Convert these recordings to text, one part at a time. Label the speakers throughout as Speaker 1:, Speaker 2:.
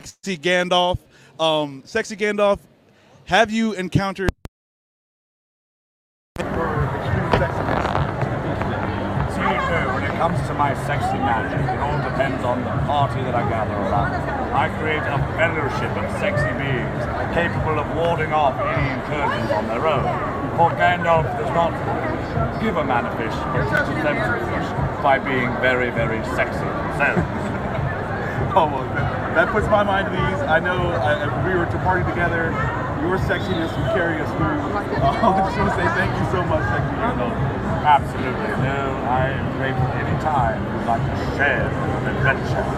Speaker 1: sexy Gandalf. Um, sexy Gandalf, have you encountered?
Speaker 2: So you know, when it comes to my sexy magic, it all depends on the party that I gather around. I create a fellowship of sexy beings capable of warding off any incursions on their own. For Gandalf does not give a man a fish, but teaches them to fish by being very, very sexy themselves.
Speaker 3: Oh, well, that, that puts my mind at ease. I know I, I- we were to party together. Your sexiness would carry us through. Uh, I just want to say thank you so much, Sexy Gandalf.
Speaker 2: Absolutely. No, I am grateful any time you'd like to share an adventure.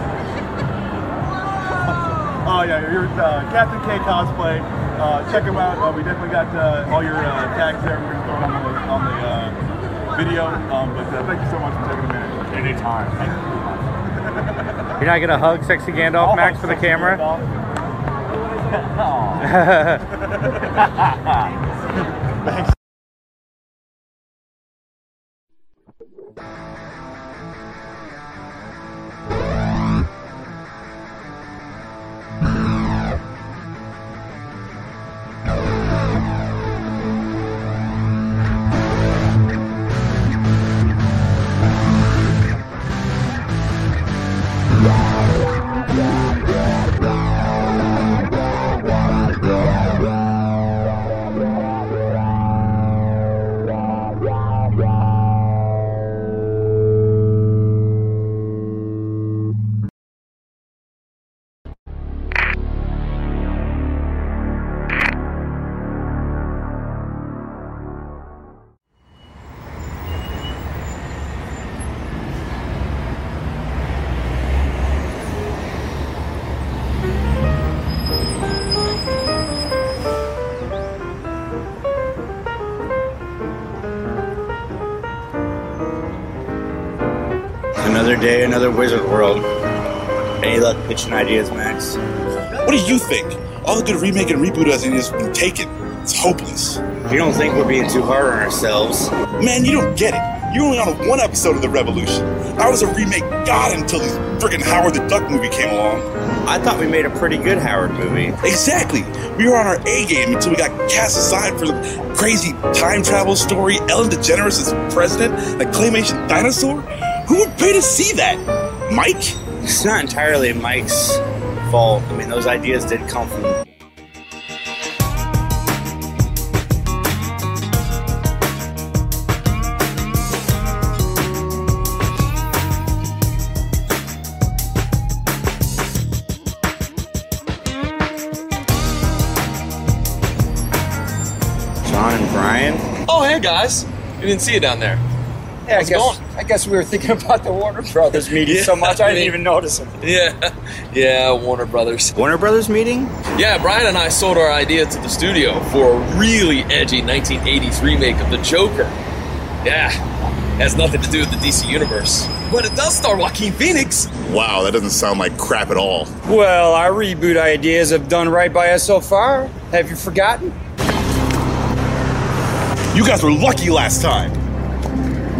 Speaker 3: Oh yeah, your uh, Captain K cosplay. Uh, check him out. Uh, we definitely got uh, all your uh, tags there. We're gonna throw them on the, on the uh, video. Um, but uh, thank you so much for taking a minute.
Speaker 2: Any time. Thank you.
Speaker 4: You're not gonna hug sexy Gandalf,
Speaker 2: Oh,
Speaker 4: Max, for the
Speaker 2: sexy
Speaker 4: camera.
Speaker 2: Gandalf.
Speaker 5: Another day, another wizard world. Any luck pitching ideas, Max?
Speaker 6: What do you think? All the good remake and reboot has in has been taken. It's hopeless.
Speaker 5: You don't think we're being too hard on ourselves?
Speaker 6: Man, you don't get it. You're only on one episode of The Revolution. I was a remake god until this friggin' Howard the Duck movie came along.
Speaker 5: I thought we made a pretty good Howard movie.
Speaker 6: Exactly. We were on our A game until we got cast aside for the crazy time travel story, Ellen DeGeneres as president, and a claymation dinosaur. Who would pay to see that? Mike?
Speaker 5: It's not entirely Mike's fault. I mean, those ideas did come from John and Brian.
Speaker 7: Oh, hey guys. You didn't see it down there.
Speaker 8: Yeah, I
Speaker 7: How's it
Speaker 8: guess,
Speaker 7: going?
Speaker 8: I guess we were thinking about the Warner
Speaker 5: Oh,
Speaker 8: Brothers meeting
Speaker 7: Yeah,
Speaker 8: so much I
Speaker 7: I
Speaker 8: didn't
Speaker 7: mean-
Speaker 8: even notice them.
Speaker 7: Yeah. Yeah, Warner Brothers.
Speaker 5: Warner Brothers meeting?
Speaker 7: Yeah, Brian and I sold our idea to the studio for a really edgy 1980s remake of The Joker. Yeah. Has nothing to do with the DC universe. But it does star Joaquin Phoenix.
Speaker 6: Wow, that doesn't sound like crap at all.
Speaker 8: Well, our reboot ideas have done right by us so far. Have you forgotten?
Speaker 6: You guys were lucky last time.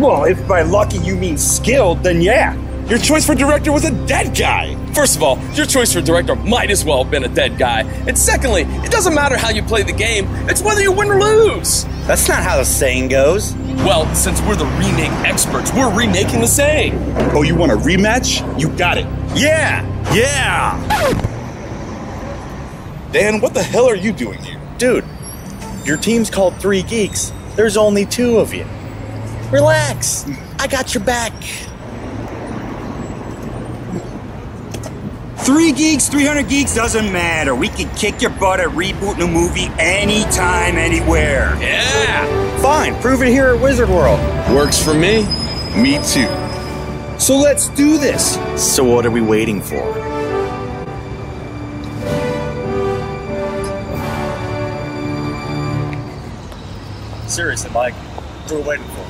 Speaker 8: Well, if by lucky you mean skilled, then yeah.
Speaker 6: Your choice for director was a dead guy.
Speaker 7: First of all, your choice for director might as well have been a dead guy. And secondly, it doesn't matter how you play the game, it's whether you win or lose.
Speaker 5: That's not how the saying goes.
Speaker 7: Well, since we're the remake experts, we're remaking the same.
Speaker 6: Oh, you want a rematch? You got it. Yeah! Yeah! Dan, what the hell are you doing here?
Speaker 5: Dude, your team's called Three Geeks. There's only two of you. Relax. I got your back.
Speaker 9: Three geeks, 300 geeks, doesn't matter. We can kick your butt at rebooting a movie anytime, anywhere.
Speaker 7: Yeah.
Speaker 5: Fine, prove it here at Wizard World.
Speaker 7: Works for me.
Speaker 6: Me too.
Speaker 8: So let's do this.
Speaker 5: So, what are we waiting for?
Speaker 8: Seriously, Mike, we're waiting for.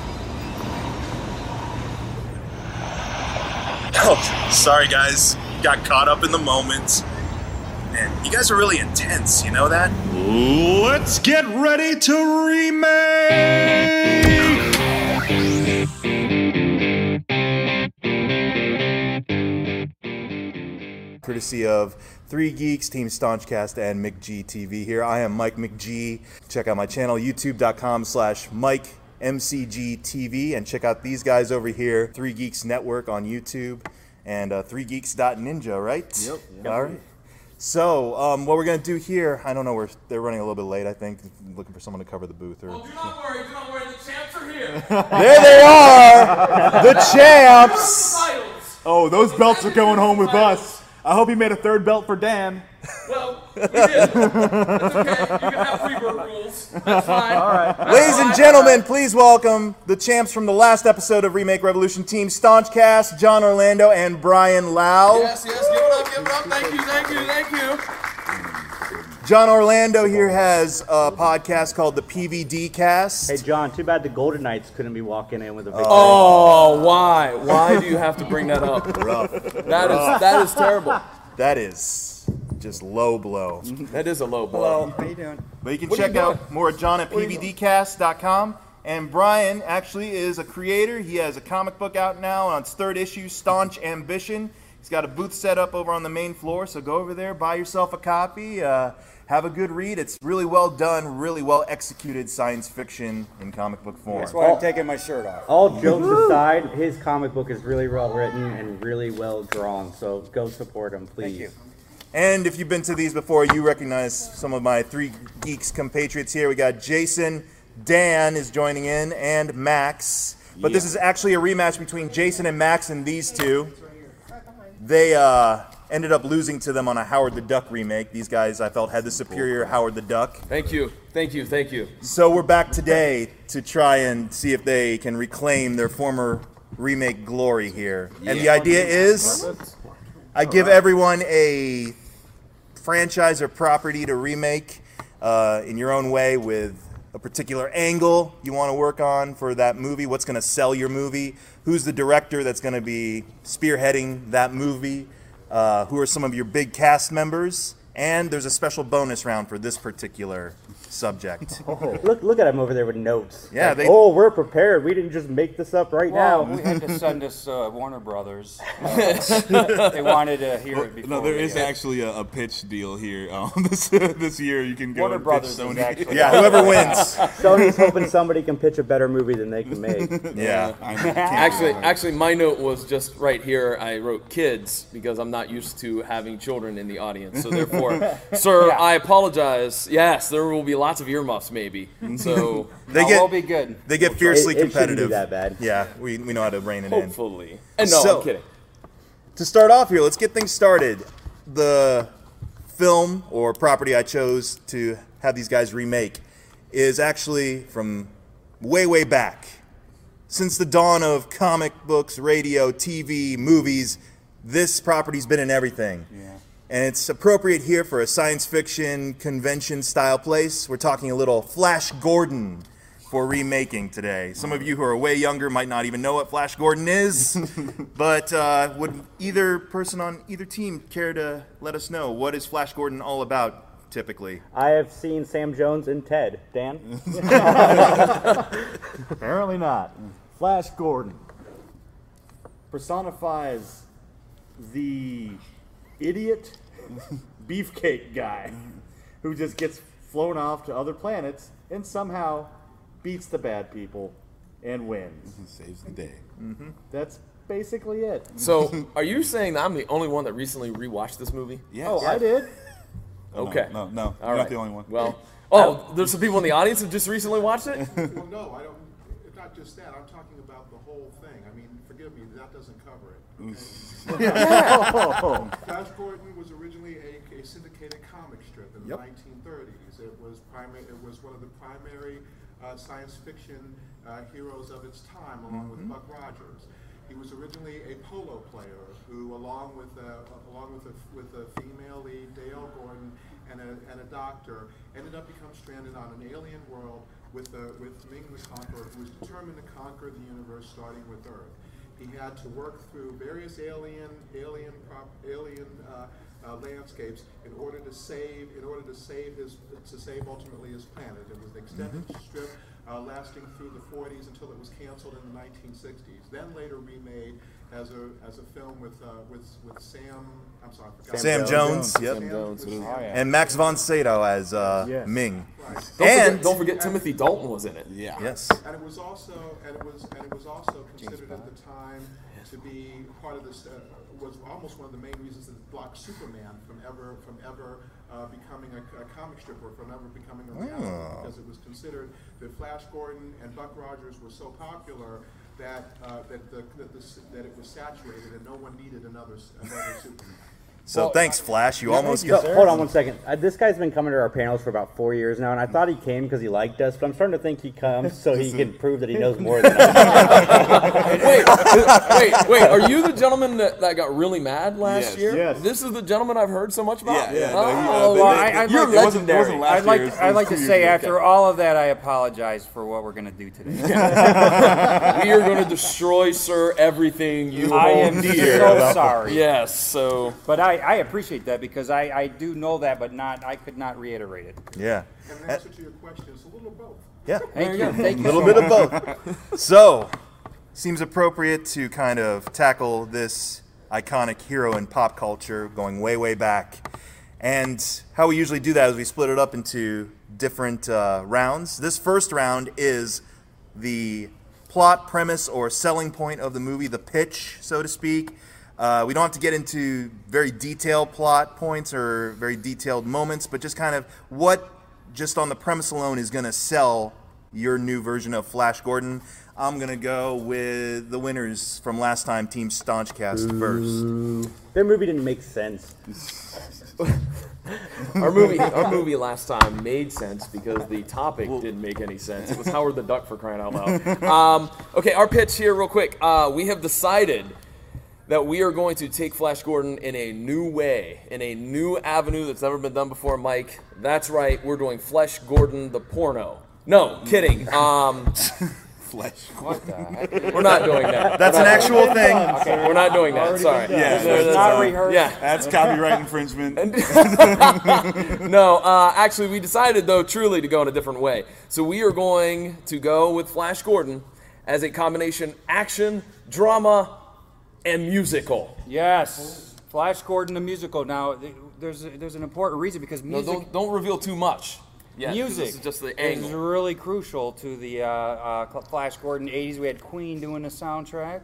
Speaker 6: Oh, sorry guys. Got caught up in the moment. Man, you guys are really intense, you know that?
Speaker 10: Let's get ready to remake! courtesy of Three Geeks, Team Staunchcast, and McG TV here. I am Mike McG. Check out my channel, youtube.com slash Mike MCG TV, and check out these guys over here, Three Geeks Network on YouTube, and uh, 3geeks.ninja, right?
Speaker 11: Yep. Yep.
Speaker 10: All right. So, um, what we're going to do here, I don't know, we're, they're running a little bit late, I think, looking for someone to cover the booth. Or,
Speaker 11: There they are, the champs.
Speaker 3: Oh, those belts are going home with us. I hope he made a third belt for Dan.
Speaker 11: Well,
Speaker 3: we did.
Speaker 11: That's okay. You can have freebird rules. That's fine. All right.
Speaker 10: Ladies and gentlemen, please welcome the champs from the last episode of Remake Revolution Team Staunchcast, John Orlando and Brian Lau.
Speaker 7: Yes, yes, give it up, give it up. Thank you, thank you, thank you.
Speaker 10: John Orlando here has a podcast called the PVD Cast.
Speaker 4: Hey, John, too bad the Golden Knights couldn't be walking in with a victory.
Speaker 7: Oh, why? Why do you have to bring that up?
Speaker 10: Rough.
Speaker 7: That is that is terrible.
Speaker 10: That is just low blow.
Speaker 7: That is a low blow.
Speaker 10: How you doing? But you can
Speaker 7: What are you
Speaker 10: check
Speaker 7: doing?
Speaker 10: out more of John at pvdcast.com. And Brian actually is a creator. He has a comic book out now on its third issue, Staunch Ambition. He's got a booth set up over on the main floor, so go over there, buy yourself a copy, uh, have a good read. It's really well done, really well executed science fiction in comic book form.
Speaker 8: That's why I'm taking my shirt off.
Speaker 4: All jokes aside, his comic book is really well written and really well drawn. So go support him, please. Thank you.
Speaker 10: And if you've been to these before, you recognize some of my three geeks compatriots here. We got Jason, Dan is joining in, and Max. But this is actually a rematch between Jason and Max and these two. They uh, ended up losing to them on a Howard the Duck remake. These guys, I felt, had the superior Howard the Duck.
Speaker 7: Thank you, thank you, thank you.
Speaker 10: So we're back today to try and see if they can reclaim their former remake glory here. And the
Speaker 11: Yeah.
Speaker 10: idea is I give everyone a franchise or property to remake uh, in your own way with a particular angle you want to work on for that movie, what's going to sell your movie, who's the director that's going to be spearheading that movie, uh, who are some of your big cast members, and there's a special bonus round for this particular subject.
Speaker 4: Look, look at him over there with notes.
Speaker 10: Yeah,
Speaker 4: Like,
Speaker 10: they-
Speaker 4: oh, we're prepared. We didn't just make this up right
Speaker 8: Well,
Speaker 4: now.
Speaker 8: we had to send us uh, Warner Brothers. Uh, they wanted to hear it before.
Speaker 12: No, there
Speaker 8: we
Speaker 12: is
Speaker 8: did.
Speaker 12: actually a, a pitch deal here. Um, this this year you can go
Speaker 8: Warner
Speaker 12: and pitch
Speaker 8: Brothers is
Speaker 12: Sony.
Speaker 8: actually-
Speaker 4: Sony's hoping somebody can pitch a better movie than they can make.
Speaker 7: actually, actually, my note was just right here. I wrote kids because I'm not used to having children in the audience. So therefore, sir,
Speaker 8: Yeah.
Speaker 7: I apologize. Yes, there will be lots of earmuffs, maybe. So
Speaker 10: They
Speaker 7: I'll
Speaker 10: get-
Speaker 7: all be good.
Speaker 10: They get
Speaker 7: We'll try.
Speaker 10: fiercely competitive. Yeah, we, we know how to rein it in.
Speaker 7: Hopefully. And no, I'm kidding.
Speaker 10: To start off here, let's get things started. The film or property I chose to have these guys remake is actually from way, way back. Since the dawn of comic books, radio, TV, movies, this property's been in everything. And it's appropriate here for a science fiction convention style place. We're talking a little Flash Gordon for remaking today. Some of you who are way younger might not even know what Flash Gordon is, but uh, would either person on either team care to let us know what is Flash Gordon all about typically?
Speaker 4: I have seen Sam Jones and Ted. Dan?
Speaker 13: Apparently not. Flash Gordon personifies the idiot beefcake guy who just gets flown off to other planets and somehow beats the bad people and wins.
Speaker 12: Saves the day.
Speaker 13: Mm-hmm. That's basically it.
Speaker 7: So, are you saying that I'm the only one that recently rewatched this movie?
Speaker 13: Yeah. Oh, I did.
Speaker 12: Oh, no,
Speaker 7: Okay.
Speaker 12: no, no,
Speaker 7: All
Speaker 12: you're not
Speaker 7: right.
Speaker 12: the only one.
Speaker 7: Well, oh, there's some people in the audience who just recently watched it.
Speaker 2: Well, no, I don't, it's not just that, I'm talking about the whole thing. I mean, forgive me, that doesn't cover
Speaker 12: Mm.
Speaker 2: it.
Speaker 11: Yeah.
Speaker 2: okay? Flash Gordon was originally a, a syndicated comic strip in the
Speaker 11: Yep.
Speaker 2: nineteen thirties. It was primary, it was one of the primary, uh, science fiction, uh, heroes of its time, along with
Speaker 11: Mhm.
Speaker 2: Buck Rogers. He was originally a polo player who, along with a, along with a, with a female lead, Dale Gordon, and a, and a doctor, ended up becoming stranded on an alien world with the, with Ming the Conqueror, who was determined to conquer the universe, starting with Earth. He had to work through various alien, alien, prop, alien uh, uh, landscapes in order to save, in order to save his, to save ultimately his planet. It was an extended
Speaker 11: Mhm.
Speaker 2: strip uh, lasting through the 40s until it was canceled in the 1960s, then later remade as a as a film with uh, with with Sam. I'm sorry, I forgot.
Speaker 10: Sam, Jones, yep.
Speaker 2: Sam with Sam-
Speaker 10: and Max von Sydow as uh,
Speaker 2: Yes.
Speaker 10: Ming.
Speaker 2: Don't
Speaker 10: and
Speaker 2: forget-
Speaker 7: don't forget Timothy Dalton was in it. Yeah.
Speaker 10: Yes.
Speaker 2: And it was also, and it was, and it was also considered at the time to be part of this, uh, was almost one of the main reasons that it blocked Superman from ever, from ever uh, becoming a, a comic strip or from ever becoming a reality.
Speaker 6: Oh.
Speaker 2: Because it was considered that Flash Gordon and Buck Rogers were so popular that, uh, that the, that the, that it was saturated and no one needed another, s- another Superman.
Speaker 10: So thanks, Flash. You almost
Speaker 4: Go- Hold on one second. Uh, this guy's been coming to our panels for about four years now, and I thought he came because he liked us, but I'm starting to think he comes so he can prove that he knows more than us.
Speaker 7: wait, wait, wait. Are you the gentleman that, that got really mad last
Speaker 4: Yes.
Speaker 7: year?
Speaker 4: Yes.
Speaker 7: This is the gentleman I've heard so much about.
Speaker 8: Yeah, yeah, no,
Speaker 7: Oh,
Speaker 8: he- uh, they-
Speaker 7: well,
Speaker 8: they-
Speaker 7: I-
Speaker 8: they-
Speaker 7: I-
Speaker 8: it
Speaker 7: you're
Speaker 8: wasn't- it wasn't
Speaker 7: legendary.
Speaker 8: last
Speaker 5: I'd like,
Speaker 8: year, it was- it
Speaker 5: I'd
Speaker 8: was
Speaker 5: like
Speaker 8: two
Speaker 5: to
Speaker 8: years
Speaker 5: say
Speaker 8: ago.
Speaker 5: after all of that, I apologize for what we're going to do today.
Speaker 7: we are going to destroy, sir, everything you
Speaker 5: I
Speaker 7: hold
Speaker 5: am
Speaker 7: dear.
Speaker 5: so sorry.
Speaker 7: Yes, so.
Speaker 5: But I, I appreciate that because I, I do know that, but not I could not reiterate it.
Speaker 10: Yeah. Uh,
Speaker 2: And in answer to your question, it's a little of both.
Speaker 10: Yeah.
Speaker 5: Thank you. Thank
Speaker 10: A
Speaker 5: you
Speaker 10: little
Speaker 5: so
Speaker 10: bit of
Speaker 5: much.
Speaker 10: both. So, seems appropriate to kind of tackle this iconic hero in pop culture going way, way back. And how we usually do that is we split it up into different uh, rounds. This first round is the plot, premise, or selling point of the movie, the pitch, so to speak. Uh, we don't have to get into very detailed plot points or very detailed moments, but just kind of what, just on the premise alone, is going to sell your new version of Flash Gordon. I'm going to go with the winners from last time, Team Staunchcast first.
Speaker 4: Their movie didn't make sense.
Speaker 7: our movie, our movie last time made sense because the topic didn't make any sense. It was Howard the Duck for crying out loud. Um, okay, our pitch here, real quick. Uh, we have decided that we are going to take Flash Gordon in a new way, in a new avenue that's never been done before. Mike, that's right. We're doing Flash Gordon the porno. No, kidding. Um, Flesh. What the heck? We're not doing that.
Speaker 10: That's
Speaker 7: We're
Speaker 10: an
Speaker 7: not-
Speaker 10: actual thing.
Speaker 7: Okay, we're not doing that.
Speaker 10: Already
Speaker 7: Sorry.
Speaker 10: been
Speaker 7: No,
Speaker 10: done. Yeah, that's
Speaker 7: that's-
Speaker 10: not rehearsed.
Speaker 7: Yeah,
Speaker 10: That's copyright infringement.
Speaker 7: no, uh, actually, we decided though truly to go in a different way. So we are going to go with Flash Gordon as a combination action, drama, and musical.
Speaker 5: Yes. Flash Gordon the musical. Now th- there's there's an important reason because
Speaker 7: No,
Speaker 5: music
Speaker 7: don't, don't reveal too much. Yeah, 'cause
Speaker 5: music
Speaker 7: This is just the
Speaker 5: is
Speaker 7: angle.
Speaker 5: really crucial to the uh, uh, Cl- Flash Gordon 80s. We had Queen doing the soundtrack,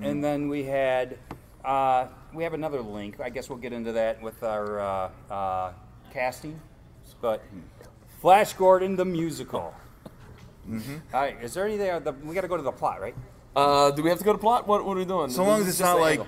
Speaker 7: Mm.
Speaker 5: and then we had uh, we have another link. I guess we'll get into that with our uh, uh, casting, but
Speaker 7: Hmm.
Speaker 5: Flash Gordon the musical.
Speaker 7: Mm-hmm.
Speaker 5: All right, is there anything? The, we got to go to the plot, right?
Speaker 7: Uh, do we have to go to plot? What, what are we doing?
Speaker 10: So long as it's not like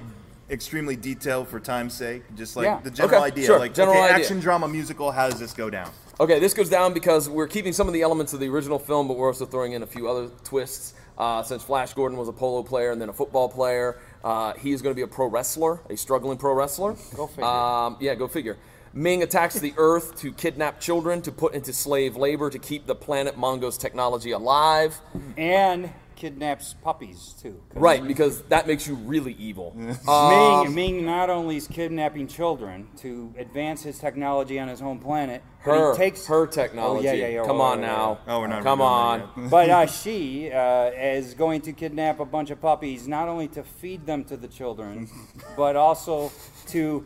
Speaker 10: extremely detailed for time's sake, just like
Speaker 7: Yeah.
Speaker 10: the general
Speaker 7: Okay,
Speaker 10: idea.
Speaker 7: sure,
Speaker 10: Like
Speaker 7: general
Speaker 10: okay,
Speaker 7: idea.
Speaker 10: action, drama, musical. How does this go down?
Speaker 7: Okay, this goes down because we're keeping some of the elements of the original film, but we're also throwing in a few other twists. Uh, since Flash Gordon was a polo player and then a football player, uh, he is going to be a pro wrestler, a struggling pro wrestler.
Speaker 5: Go figure.
Speaker 7: Um, yeah, go figure. Ming attacks the Earth to kidnap children, to put into slave labor, to keep the planet Mongo's technology alive.
Speaker 5: And kidnaps puppies too.
Speaker 7: Right, because that makes you really evil. Uh,
Speaker 5: Ming, Ming not only is kidnapping children to advance his technology on his home planet, but
Speaker 7: Her-
Speaker 5: he takes
Speaker 7: her technology.
Speaker 5: Oh, yeah, yeah, yeah,
Speaker 7: Come
Speaker 5: oh,
Speaker 7: on
Speaker 5: yeah,
Speaker 7: now.
Speaker 5: yeah.
Speaker 7: Oh, we're not Come redoing that on. yet.
Speaker 5: but uh, she uh, is going to kidnap a bunch of puppies, not only to feed them to the children, but also to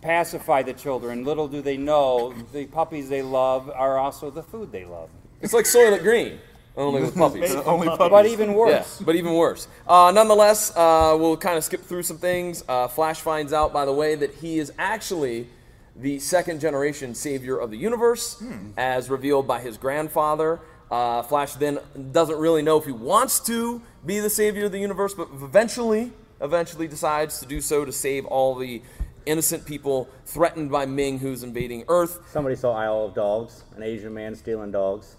Speaker 5: pacify the children. Little do they know, the puppies they love are also the food they love.
Speaker 7: It's like Soylent Green, only with puppies.
Speaker 5: Only puppies. But even worse.
Speaker 7: Yeah, but even worse. Uh, nonetheless, uh, we'll kind of skip through some things. Uh, Flash finds out, by the way, that he is actually the second generation savior of the universe,
Speaker 5: Hmm.
Speaker 7: as revealed by his grandfather. Uh, Flash then doesn't really know if he wants to be the savior of the universe, but eventually, eventually decides to do so to save all the innocent people threatened by Ming, who's invading Earth.
Speaker 4: Somebody saw Isle of Dogs, an Asian man stealing dogs.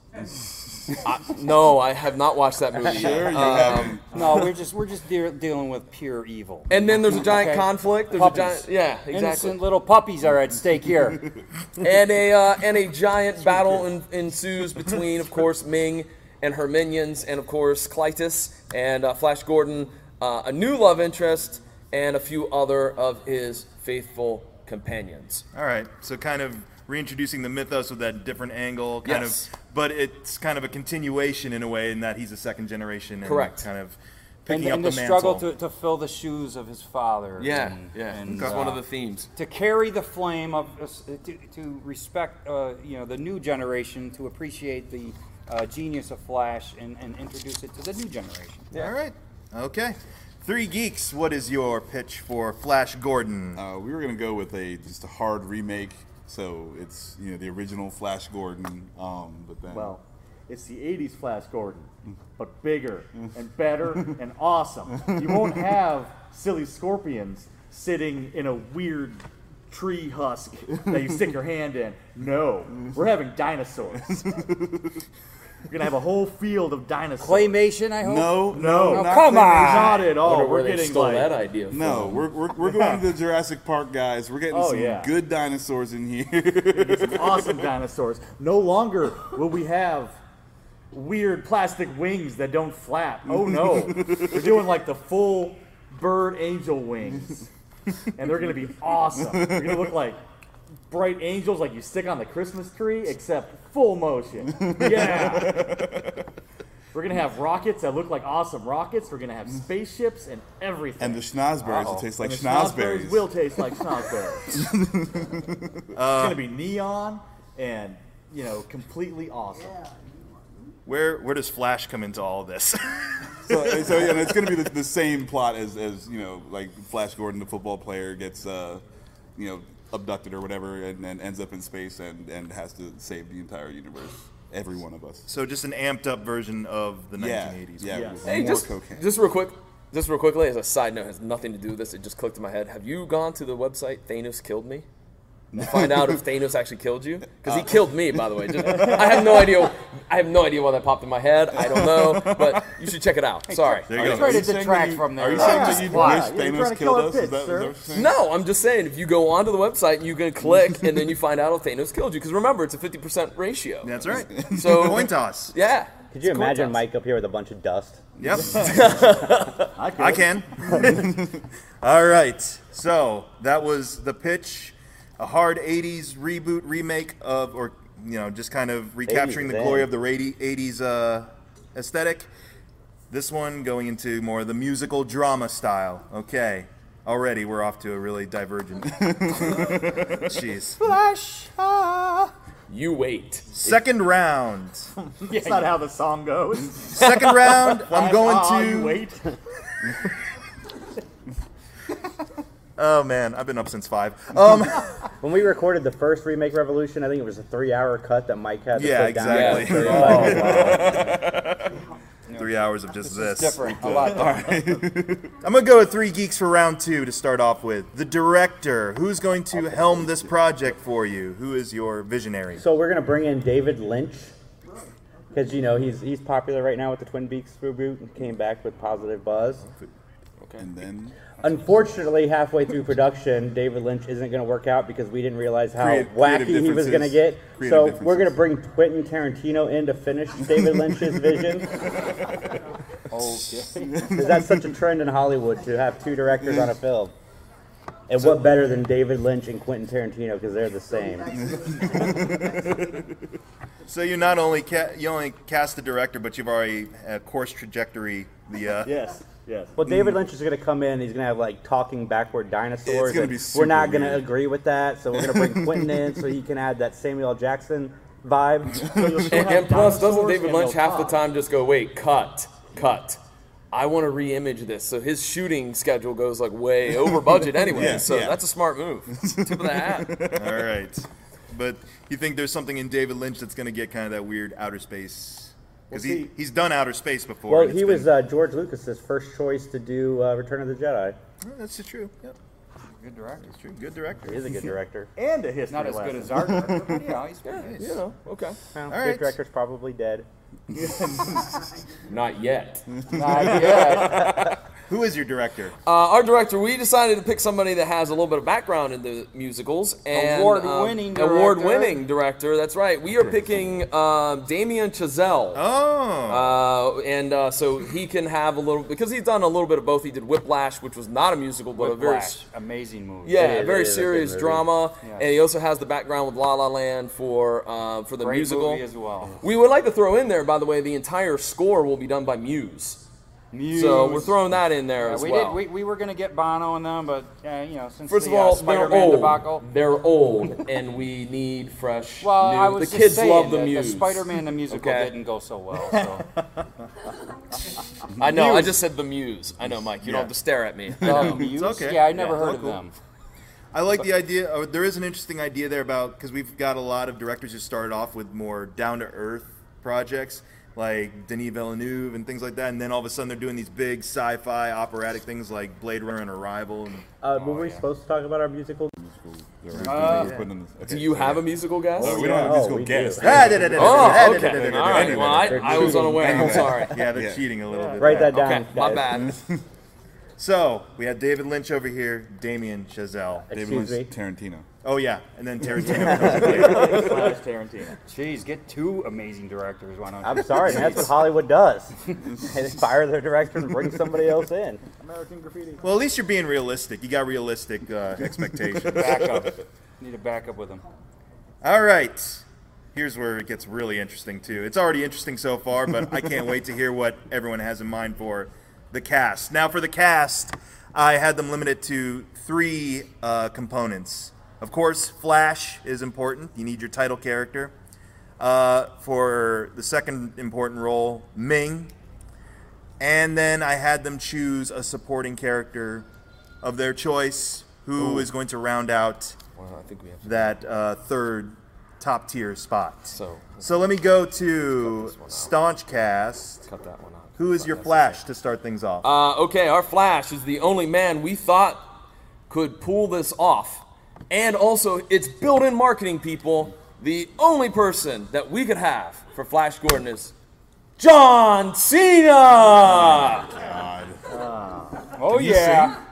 Speaker 7: I, no, I have not watched that movie. yet. Um,
Speaker 5: no, we're just we're just de- dealing with pure evil.
Speaker 7: And then there's a giant conflict, there's a giant- yeah, exactly.
Speaker 5: Innocent little puppies are at stake here.
Speaker 7: and a uh, and a giant battle en- ensues between, of course, Ming and her minions, and of course Clytus and uh, Flash Gordon, uh, a new love interest, and a few other of his faithful companions.
Speaker 10: All right. So kind of reintroducing the mythos with that different angle, kind
Speaker 7: Yes.
Speaker 10: of, but it's kind of a continuation in a way, in that he's a second generation. And
Speaker 7: Correct.
Speaker 10: Kind of picking
Speaker 5: and,
Speaker 10: up
Speaker 5: and
Speaker 10: the,
Speaker 5: the
Speaker 10: mantle.
Speaker 5: struggle to, to fill the shoes of his father.
Speaker 7: Yeah,
Speaker 5: and,
Speaker 7: yeah,
Speaker 5: and,
Speaker 7: that's
Speaker 1: uh,
Speaker 7: one of the themes.
Speaker 5: To carry the flame of uh, to, to respect, uh, you know, the new generation to appreciate the uh, genius of Flash and, and introduce it to the new generation.
Speaker 10: All right. Okay. Three geeks. What is your pitch for Flash Gordon?
Speaker 1: Uh, we were gonna go with a just a hard remake, so it's you know the original Flash Gordon, um, but then
Speaker 2: Well, it's the 80s Flash Gordon, but bigger and better and awesome. You won't have silly scorpions sitting in a weird tree husk that you stick your hand in. No, we're having dinosaurs. We're gonna have a whole field of dinosaurs.
Speaker 5: Claymation, I Oh,
Speaker 1: hope? No,
Speaker 2: no,
Speaker 1: no, not Come on. claymation.
Speaker 2: not at all.
Speaker 1: Wonder
Speaker 2: Oh, We're
Speaker 1: where they
Speaker 2: getting
Speaker 1: stole
Speaker 2: like,
Speaker 1: that idea no, we're, we're, we're going to the Jurassic Park guys. We're getting
Speaker 2: Oh,
Speaker 1: some
Speaker 2: yeah.
Speaker 1: good dinosaurs in here.
Speaker 2: Some awesome dinosaurs. No longer will we have weird plastic wings that don't flap. Oh no. We're doing like the full bird angel wings. And they're gonna be awesome. They're gonna look like bright angels like you stick on the Christmas tree, except full motion. Yeah. We're gonna have rockets that look like awesome rockets. We're gonna have spaceships and everything.
Speaker 1: and the schnozberries will
Speaker 2: Uh-oh.
Speaker 1: taste like
Speaker 2: And the schnozberries
Speaker 1: schnozberries.
Speaker 2: will taste like schnozberries. it's gonna
Speaker 1: Uh,
Speaker 2: be neon and you know completely awesome.
Speaker 10: Where where does Flash come into all this?
Speaker 1: so, so yeah, and it's going to be the, the same plot as, as you know, like Flash Gordon, the football player, gets uh, you know abducted or whatever, and, and ends up in space and, and has to save the entire universe, every one of us.
Speaker 10: so just an amped up version of the
Speaker 1: Yeah,
Speaker 10: 1980s.
Speaker 1: yeah,
Speaker 10: one.
Speaker 1: with
Speaker 7: Hey, just, just real quick, just real quickly, as a side note, has nothing to do with this. It just clicked in my head. Have you gone to the website Thanos Killed Me? To find out if Thanos actually killed you, because he
Speaker 1: Uh.
Speaker 7: killed me, by the way. Just, I have no idea. I have no idea why that popped in my head. I don't know, but you should check it out. Sorry.
Speaker 1: There you go. Try to
Speaker 7: Are you saying
Speaker 1: detract
Speaker 7: that you-
Speaker 1: from that.
Speaker 4: Ah,
Speaker 1: Yeah. Why? Yeah, you're trying to kill our pitch, sir.
Speaker 7: No, I'm just saying if you go onto the website, you can click, and then you find out if Thanos killed you. Because remember, it's a 50% ratio. That's
Speaker 10: right.
Speaker 7: So
Speaker 10: Coin toss.
Speaker 7: Yeah.
Speaker 4: Could you
Speaker 7: It's a coin
Speaker 4: imagine
Speaker 7: toss.
Speaker 4: Mike up here with a bunch of dust?
Speaker 10: Yep.
Speaker 4: I
Speaker 10: I can. All right. So that was the pitch, a hard '80s reboot remake of, or you know, just kind of recapturing
Speaker 14: 80s
Speaker 10: the glory
Speaker 14: then.
Speaker 10: of the radi- '80s uh, aesthetic. This one going into more of the musical drama style. Okay. Already we're off to a really divergent. Jeez.
Speaker 2: Flash. Ah.
Speaker 7: You wait.
Speaker 10: Second round.
Speaker 2: That's not how the song goes.
Speaker 10: Second round, I'm
Speaker 2: Flash,
Speaker 10: going
Speaker 2: ah,
Speaker 10: to-
Speaker 2: you wait.
Speaker 10: Oh man, I've been up since five. Um,
Speaker 4: when we recorded the first remake Revolution, I think it was a three-hour cut that Mike had. To
Speaker 10: Yeah,
Speaker 4: put down.
Speaker 10: exactly.
Speaker 4: Oh, wow.
Speaker 10: Three hours of just this.
Speaker 4: is different, a lot
Speaker 10: I'm gonna go with three geeks for round two to start off with. The director, who's going to helm this project for you? Who is your visionary?
Speaker 4: So we're gonna bring in David Lynch because you know he's he's popular right now with the Twin Peaks reboot and came back with positive buzz.
Speaker 1: Okay. And then
Speaker 4: Unfortunately, halfway through production, David Lynch isn't going to work out because we didn't realize how
Speaker 1: Creative-
Speaker 4: wacky
Speaker 1: creative
Speaker 4: he was going to
Speaker 1: differences.
Speaker 4: get.
Speaker 1: Creative
Speaker 4: So we're going to bring Quentin Tarantino in to finish David Lynch's vision.
Speaker 1: Oh,
Speaker 4: Because that's such a trend in Hollywood to have two directors on a film. And what better than David Lynch and Quentin Tarantino because they're the same.
Speaker 10: So you not only ca- you only cast the director, but you've already a course trajectory. The uh,
Speaker 2: yes, yes.
Speaker 4: Well, David Lynch is going to come in. He's going to have like talking backward dinosaurs.
Speaker 10: It's gonna
Speaker 4: and
Speaker 10: be
Speaker 4: we're
Speaker 10: super
Speaker 4: not going to
Speaker 10: weird.
Speaker 4: agree with that, so we're going to bring Quentin in so he can add that Samuel L. Jackson vibe.
Speaker 7: and, and plus, doesn't David Lynch half the time just go, "Wait, cut, cut"? I want to re-image this, so his shooting schedule goes like way over budget anyway.
Speaker 10: Yeah,
Speaker 7: so
Speaker 10: yeah.
Speaker 7: that's a smart move. Tip of the hat.
Speaker 10: All right, but you think there's something in David Lynch that's going to get kind of that weird outer space? Because
Speaker 4: Well,
Speaker 10: he,
Speaker 4: see-
Speaker 10: he's done outer space before.
Speaker 4: Well,
Speaker 10: and it's
Speaker 4: he was uh, George Lucas's first choice to do uh, Return of the Jedi.
Speaker 10: been- Mm, that's the true. Yep.
Speaker 5: Good director.
Speaker 10: That's true. Good director.
Speaker 4: He is a good director.
Speaker 2: and a history
Speaker 5: Not as
Speaker 2: lesson.
Speaker 5: good as our director, but yeah, he's
Speaker 7: Yeah,
Speaker 5: good.
Speaker 7: you know, okay.
Speaker 4: Well,
Speaker 7: All
Speaker 4: good
Speaker 7: right.
Speaker 4: director's probably dead.
Speaker 7: Not yet.
Speaker 4: Not
Speaker 7: yet.
Speaker 10: Who is your director?
Speaker 7: Uh, our director, we decided to pick somebody that has a little bit of background in the musicals and um,
Speaker 5: Award-winning director.
Speaker 7: award-winning director. That's right. We are picking um, Damien Chazelle.
Speaker 10: Oh,
Speaker 7: uh, and uh, so he can have a little because he's done a little bit of both. He did Whiplash, which was not a musical, but a very
Speaker 5: Whiplash, amazing movie.
Speaker 7: yeah, a very serious drama,
Speaker 5: Yeah.
Speaker 7: and he also has the background with La La Land for uh, for the
Speaker 5: Great
Speaker 7: musical
Speaker 5: movie as well.
Speaker 7: We would like to throw in there, by the way, the entire score will be done by Muse. So we're throwing that in there
Speaker 5: Yeah,
Speaker 7: as
Speaker 5: we
Speaker 7: well.
Speaker 5: Did, we, we were going to get Bono and them, but uh, you know, since
Speaker 7: First
Speaker 5: the,
Speaker 7: of all, oh.
Speaker 5: uh,
Speaker 7: they're
Speaker 5: Spider-Man
Speaker 7: old.
Speaker 5: debacle,
Speaker 7: They're old, and we need fresh.
Speaker 5: Well,
Speaker 7: new.
Speaker 5: I was
Speaker 7: the
Speaker 5: just
Speaker 7: kids
Speaker 5: saying
Speaker 7: love the
Speaker 5: that
Speaker 7: muse.
Speaker 5: The Spider-Man the musical
Speaker 7: Okay?
Speaker 5: didn't go so well. So.
Speaker 7: I know. I
Speaker 5: Muse.
Speaker 7: just said the muse. I know, Mike. You
Speaker 5: Yeah.
Speaker 7: don't have to stare at me. Um, I
Speaker 5: The
Speaker 7: know.
Speaker 5: Muse? Yeah, I never heard of them.
Speaker 10: I
Speaker 4: uh,
Speaker 10: like the idea. Or there is an interesting idea there about because we've got a lot of directors who started off with more down to earth projects, like Denis Villeneuve and things like that, and then all of a sudden they're doing these big sci-fi operatic things like Blade Runner and Arrival. And
Speaker 4: Uh, were we supposed to talk about our musical?
Speaker 10: Uh, We're putting in this- okay,
Speaker 7: do you have a musical guest?
Speaker 10: No, we don't have a
Speaker 4: Oh, musical we guest. do.
Speaker 7: Oh,
Speaker 4: Ah, da, da, da, da, da, da, da, da, da,
Speaker 7: okay.
Speaker 4: da,
Speaker 7: All right.
Speaker 4: da,
Speaker 7: Well, I,
Speaker 4: da, da,
Speaker 7: I was
Speaker 4: da,
Speaker 7: unaware. I'm
Speaker 10: Anyway.
Speaker 7: sorry.
Speaker 10: Yeah, they're cheating a little bit.
Speaker 4: Write
Speaker 10: there.
Speaker 4: that down,
Speaker 7: Okay, my bad.
Speaker 10: so we had David Lynch over here, Damien Chazelle,
Speaker 6: David Excuse Lynch, me? Tarantino.
Speaker 10: Oh yeah, and then Tarantino. comes later.
Speaker 5: Slash Tarantino. Jeez, get two amazing directors. Why not?
Speaker 4: I'm sorry, man. That's what Hollywood does. they fire their director and bring somebody else in.
Speaker 5: American Graffiti.
Speaker 10: Well, at least you're being realistic. You got realistic uh, expectations.
Speaker 5: backup. Need a backup with them.
Speaker 10: All right. Here's where it gets really interesting, too. It's already interesting so far, but I can't wait to hear what everyone has in mind for the cast. Now, for the cast, I had them limited to three uh, components. Of course, Flash is important. You need your title character. Uh, for the second important role, Ming. And then I had them choose a supporting character of their choice who is
Speaker 7: Ooh.
Speaker 10: going to round out
Speaker 7: I think we have
Speaker 10: that uh, third top tier spot. So, let me go to Staunch Cast.
Speaker 7: Cut that one out.
Speaker 10: Who is your Flash to start things off?
Speaker 7: Uh, okay, our Flash is the only man we thought could pull this off. And also, it's built in marketing, people. The only person that we could have for Flash Gordon is John Cena!
Speaker 5: Oh,
Speaker 7: Have you
Speaker 5: yeah.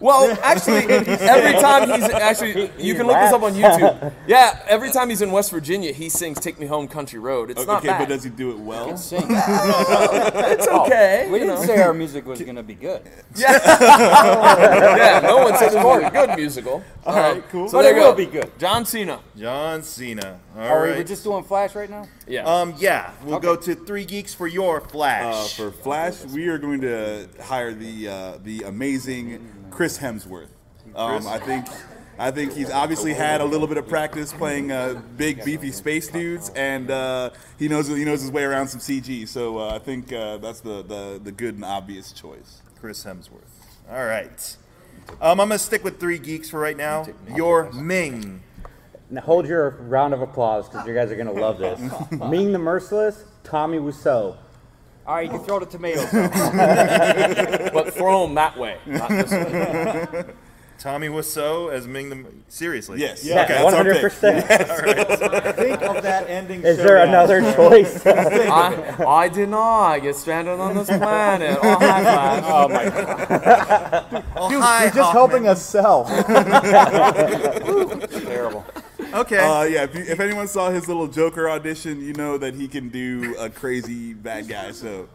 Speaker 7: Well, actually, every time he's actually,
Speaker 5: He-
Speaker 7: you
Speaker 5: he
Speaker 7: can look this up on
Speaker 5: raps.
Speaker 7: YouTube. Yeah, every time he's in West Virginia, he sings "Take Me Home, Country Road." It's not
Speaker 6: okay,
Speaker 7: bad.
Speaker 6: but does he do it well?
Speaker 7: it's
Speaker 5: Oh,
Speaker 7: okay.
Speaker 5: we
Speaker 7: you
Speaker 5: didn't
Speaker 7: know.
Speaker 5: say our music was going to be good.
Speaker 7: Yeah. yeah, no one said it was a good musical.
Speaker 5: All right,
Speaker 7: Um,
Speaker 5: cool.
Speaker 7: So
Speaker 5: But
Speaker 7: there
Speaker 5: it
Speaker 7: you go.
Speaker 5: will be good.
Speaker 7: John Cena.
Speaker 10: John Cena. All
Speaker 5: Are we
Speaker 10: right.
Speaker 5: just doing Flash right now?
Speaker 7: Yeah.
Speaker 10: Um, yeah. We'll go to Three Geeks for your Flash.
Speaker 6: Uh, for Flash, we are going to hire the uh, the amazing Chris Hemsworth. Um, I think I think he's obviously had a little bit of practice playing uh, big beefy space dudes, and uh, he knows he knows his way around some CG. So uh, I think uh, that's the, the the good and obvious choice.
Speaker 10: Chris Hemsworth. All right. Um, I'm going to stick with Three Geeks for right now. Your Ming.
Speaker 4: Now hold your round of applause because you guys are gonna love this. Ming the Merciless, Tommy Wiseau.
Speaker 5: All right, you can throw the tomatoes.
Speaker 7: but throw them that way, not this way.
Speaker 10: Tommy Wiseau as Ming the seriously.
Speaker 6: Yes.
Speaker 4: Yeah,
Speaker 10: Okay, that's our pick.
Speaker 4: 100%.
Speaker 10: Yes. All right.
Speaker 13: Think of that Oh, ending.
Speaker 4: Is there
Speaker 13: showdown.
Speaker 4: another choice?
Speaker 7: I, I did not get stranded on this planet. Oh, hi, Flash.
Speaker 13: Oh, my
Speaker 7: God.
Speaker 13: Dude, you're just helping us sell.
Speaker 5: Terrible.
Speaker 10: Okay.
Speaker 6: Uh, yeah. If, you, if anyone saw his little Joker audition, you know that he can do a crazy bad guy. So.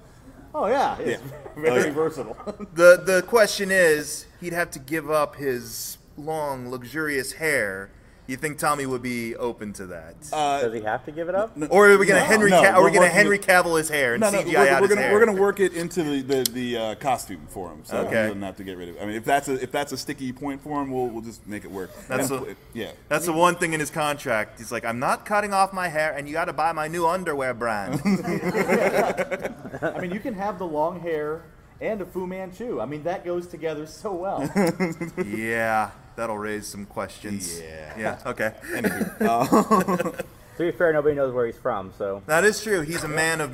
Speaker 13: Oh yeah, it's
Speaker 6: Yeah.
Speaker 13: very
Speaker 6: Oh, yeah.
Speaker 13: versatile.
Speaker 10: The the question is, he'd have to give up his long, luxurious hair. You think Tommy would be open to that?
Speaker 4: Does he have to give it up?
Speaker 10: or are we gonna Henry?
Speaker 6: Uh, no,
Speaker 10: Ca- are
Speaker 6: we're
Speaker 10: we gonna
Speaker 6: working
Speaker 10: Henry
Speaker 6: with-
Speaker 10: Cavill his hair and
Speaker 6: No, no,
Speaker 10: CGI
Speaker 6: we're,
Speaker 10: out
Speaker 6: we're
Speaker 10: his
Speaker 6: gonna,
Speaker 10: hair?
Speaker 6: We're gonna work it into the the, the uh, costume for him, so
Speaker 10: Okay.
Speaker 6: he doesn't have to get rid of. it. I mean, if that's a if that's a sticky point for him, we'll we'll just make it work.
Speaker 10: That's
Speaker 6: And
Speaker 10: the-
Speaker 6: put- yeah.
Speaker 10: That's the one thing in his contract. He's like, I'm not cutting off my hair, and you got to buy my new underwear brand.
Speaker 13: I mean, you can have the long hair and a Fu Manchu. I mean, that goes together so well.
Speaker 10: yeah, that'll raise some questions. Yeah. Yeah. Okay.
Speaker 4: to be fair, nobody knows where he's from, so
Speaker 10: That is true. He's a man of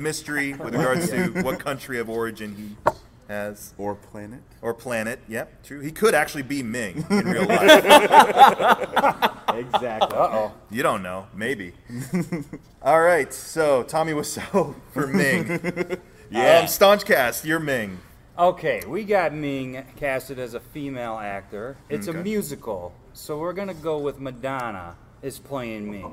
Speaker 10: mystery with regards to what country of origin he has.
Speaker 6: Or planet.
Speaker 10: Or planet, yep, true. He could actually be Ming in real life.
Speaker 13: exactly. Uh-oh.
Speaker 10: You don't know. Maybe. All right, so Tommy Wiseau for Ming.
Speaker 5: Yeah.
Speaker 10: Um, Staunchcast, you're Ming.
Speaker 5: Okay, we got Ming casted as a female actor. It's
Speaker 10: Okay.
Speaker 5: a musical, so we're gonna go with Madonna is playing me.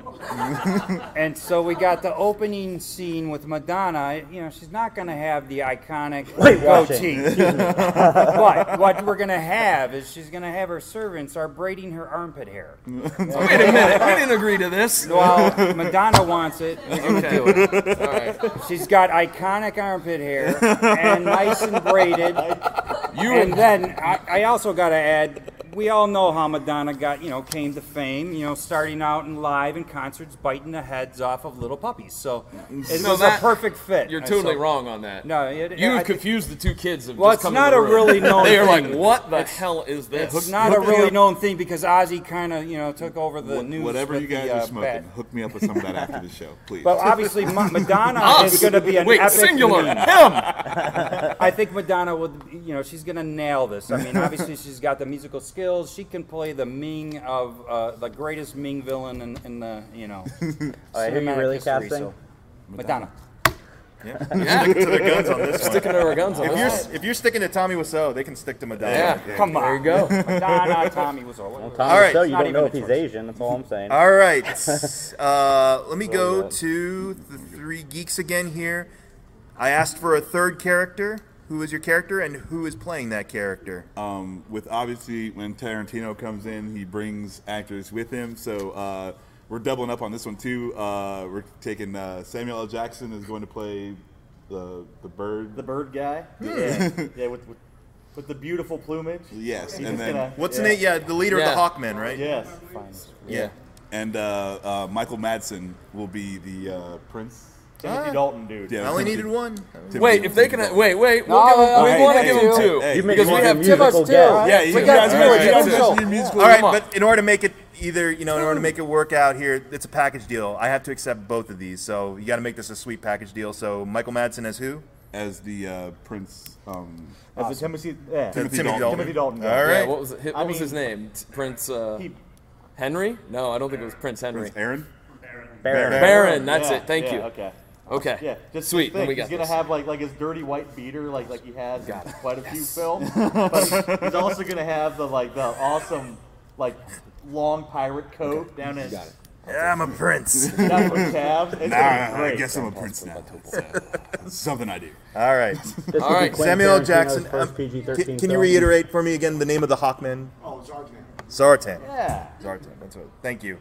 Speaker 5: and so we got the opening scene with Madonna. You know, she's not going to have the iconic
Speaker 4: Weight watching.
Speaker 5: goatee.
Speaker 4: Excuse me.
Speaker 5: but what we're going to have is she's going to have her servants are braiding her armpit hair. Wait
Speaker 7: Wait a minute, we didn't agree to this.
Speaker 5: Well, Madonna wants it. We're gonna
Speaker 7: Okay.
Speaker 5: do it.
Speaker 7: All right.
Speaker 5: She's got iconic armpit hair and nice and braided. You and then I, I also got to add, we all know how Madonna got, you know, came to fame. You know, starting out in live and concerts, biting the heads off of little puppies. So it
Speaker 7: No,
Speaker 5: was
Speaker 7: that-
Speaker 5: a perfect fit.
Speaker 7: You're
Speaker 5: And
Speaker 7: totally
Speaker 5: so-
Speaker 7: wrong on that.
Speaker 5: No, it, I
Speaker 7: you have
Speaker 5: think-
Speaker 7: confused the two kids. Of
Speaker 5: well,
Speaker 7: just
Speaker 5: it's
Speaker 7: coming to
Speaker 5: not
Speaker 7: the
Speaker 5: a
Speaker 7: room.
Speaker 5: really known.
Speaker 7: They are
Speaker 5: thing.
Speaker 7: like, what the
Speaker 5: It's-
Speaker 7: hell is this?
Speaker 5: It's not a really known thing because Ozzy kind of you know took over the
Speaker 6: Wha-
Speaker 5: news.
Speaker 6: Whatever
Speaker 5: with
Speaker 6: you guys
Speaker 5: the,
Speaker 6: are
Speaker 5: uh,
Speaker 6: smoking,
Speaker 5: bat.
Speaker 6: hook me up with some of that after the show, please.
Speaker 5: Well, obviously, Ma- Madonna is
Speaker 7: Us.
Speaker 5: going to be an
Speaker 7: Ah, Wait,
Speaker 5: epic
Speaker 7: singular,
Speaker 5: meme.
Speaker 7: him.
Speaker 5: I think Madonna would, you know, she's going to nail this. I mean, obviously, she's got the musical skills. She can play the Ming of uh, the greatest Ming villain in, in the, you know.
Speaker 4: Uh, who you
Speaker 5: cinematic
Speaker 4: really
Speaker 5: history,
Speaker 4: casting?
Speaker 5: so- Madonna.
Speaker 10: Yeah.
Speaker 5: Yeah.
Speaker 10: Stick to the guns on this one.
Speaker 5: Sticking to our guns on
Speaker 10: if
Speaker 5: this
Speaker 10: you're,
Speaker 5: one.
Speaker 10: If you're sticking to Tommy Wiseau, they can stick to Madonna.
Speaker 5: Yeah, come on. Madonna, Tommy was all.
Speaker 4: Well, Tommy
Speaker 10: All right.
Speaker 4: Wiseau, you
Speaker 10: Not
Speaker 4: don't
Speaker 10: even
Speaker 4: know
Speaker 10: a
Speaker 4: if he's
Speaker 10: choice.
Speaker 4: Asian. That's all I'm saying.
Speaker 10: All right. Uh, let me
Speaker 4: Well
Speaker 10: go
Speaker 4: done.
Speaker 10: to the three geeks again here. I asked for a third character. Who is your character, and who is playing that character?
Speaker 6: Um, with obviously when Tarantino comes in, he brings actors with him. So uh, we're doubling up on this one too. Uh, we're taking uh, Samuel L. Jackson is going to play the the bird.
Speaker 13: The bird guy. Yeah, yeah with, with with the beautiful plumage.
Speaker 6: Yes,
Speaker 13: He's just
Speaker 6: and then-
Speaker 13: gonna-
Speaker 10: What's the name? Yeah, the leader of the Hawkmen, right?
Speaker 13: Yes.
Speaker 10: Yeah.
Speaker 6: And uh, uh, Michael Madsen will be the uh, prince.
Speaker 13: Timothy Ah. Dalton dude.
Speaker 10: I only needed
Speaker 6: Timothy-
Speaker 10: one.
Speaker 6: Timothy-
Speaker 7: Wait, if they can, wait, wait, we'll
Speaker 10: No,
Speaker 7: give them,
Speaker 10: no,
Speaker 7: we
Speaker 10: no,
Speaker 7: want to
Speaker 10: hey,
Speaker 7: give
Speaker 10: hey,
Speaker 7: them
Speaker 10: hey,
Speaker 7: two
Speaker 10: hey, You make
Speaker 7: because we
Speaker 10: one
Speaker 7: have two.
Speaker 10: musical guest.
Speaker 7: Yeah,
Speaker 10: you
Speaker 7: we
Speaker 10: guys
Speaker 7: got two.
Speaker 10: really
Speaker 7: Let's
Speaker 10: do
Speaker 7: go.
Speaker 10: it. All right, but in order to make it either, you know, in order to make it work out here, it's a package deal. I have to accept both of these, so you got to make this a sweet package deal. So Michael Madsen as who?
Speaker 6: As the uh, Prince. Um,
Speaker 13: As the Timothy, yeah.
Speaker 6: Timothy
Speaker 10: Timothy
Speaker 6: Dalton.
Speaker 13: Timothy Dalton.
Speaker 7: Yeah,
Speaker 10: All right.
Speaker 7: what was it? What
Speaker 13: I
Speaker 7: was
Speaker 13: mean-
Speaker 7: his name? T- Prince uh, Henry? No, I don't think it was Prince Henry.
Speaker 6: Prince Aaron.
Speaker 7: Baron.
Speaker 13: Baron.
Speaker 7: Baron. That's
Speaker 13: Yeah,
Speaker 7: it. Thank
Speaker 13: yeah,
Speaker 7: you.
Speaker 13: okay.
Speaker 7: Okay.
Speaker 13: Yeah, just Think,
Speaker 7: sweet. Then we
Speaker 13: he's
Speaker 7: got
Speaker 13: gonna
Speaker 7: this.
Speaker 13: have like like his dirty white beater, like like he has in quite a few films. But he- he's also gonna have the like the awesome like long pirate coat down his.
Speaker 10: Got it. Yeah, I'm a prince.
Speaker 13: Down calves. It's
Speaker 6: Nah,
Speaker 4: Ah,
Speaker 13: gonna be
Speaker 6: I
Speaker 13: great.
Speaker 6: guess I'm a prince now. So, something I do.
Speaker 10: All right.
Speaker 6: This All would be right. Quentin
Speaker 10: Samuel L.
Speaker 6: Tarantino's
Speaker 10: Jackson.
Speaker 6: first
Speaker 10: um,
Speaker 6: PG-13
Speaker 10: can, can you
Speaker 6: film.
Speaker 10: reiterate for me again the name of the Hawkman?
Speaker 2: Oh, Zartan.
Speaker 10: Zartan.
Speaker 2: Yeah.
Speaker 10: Zartan. That's right. Thank you.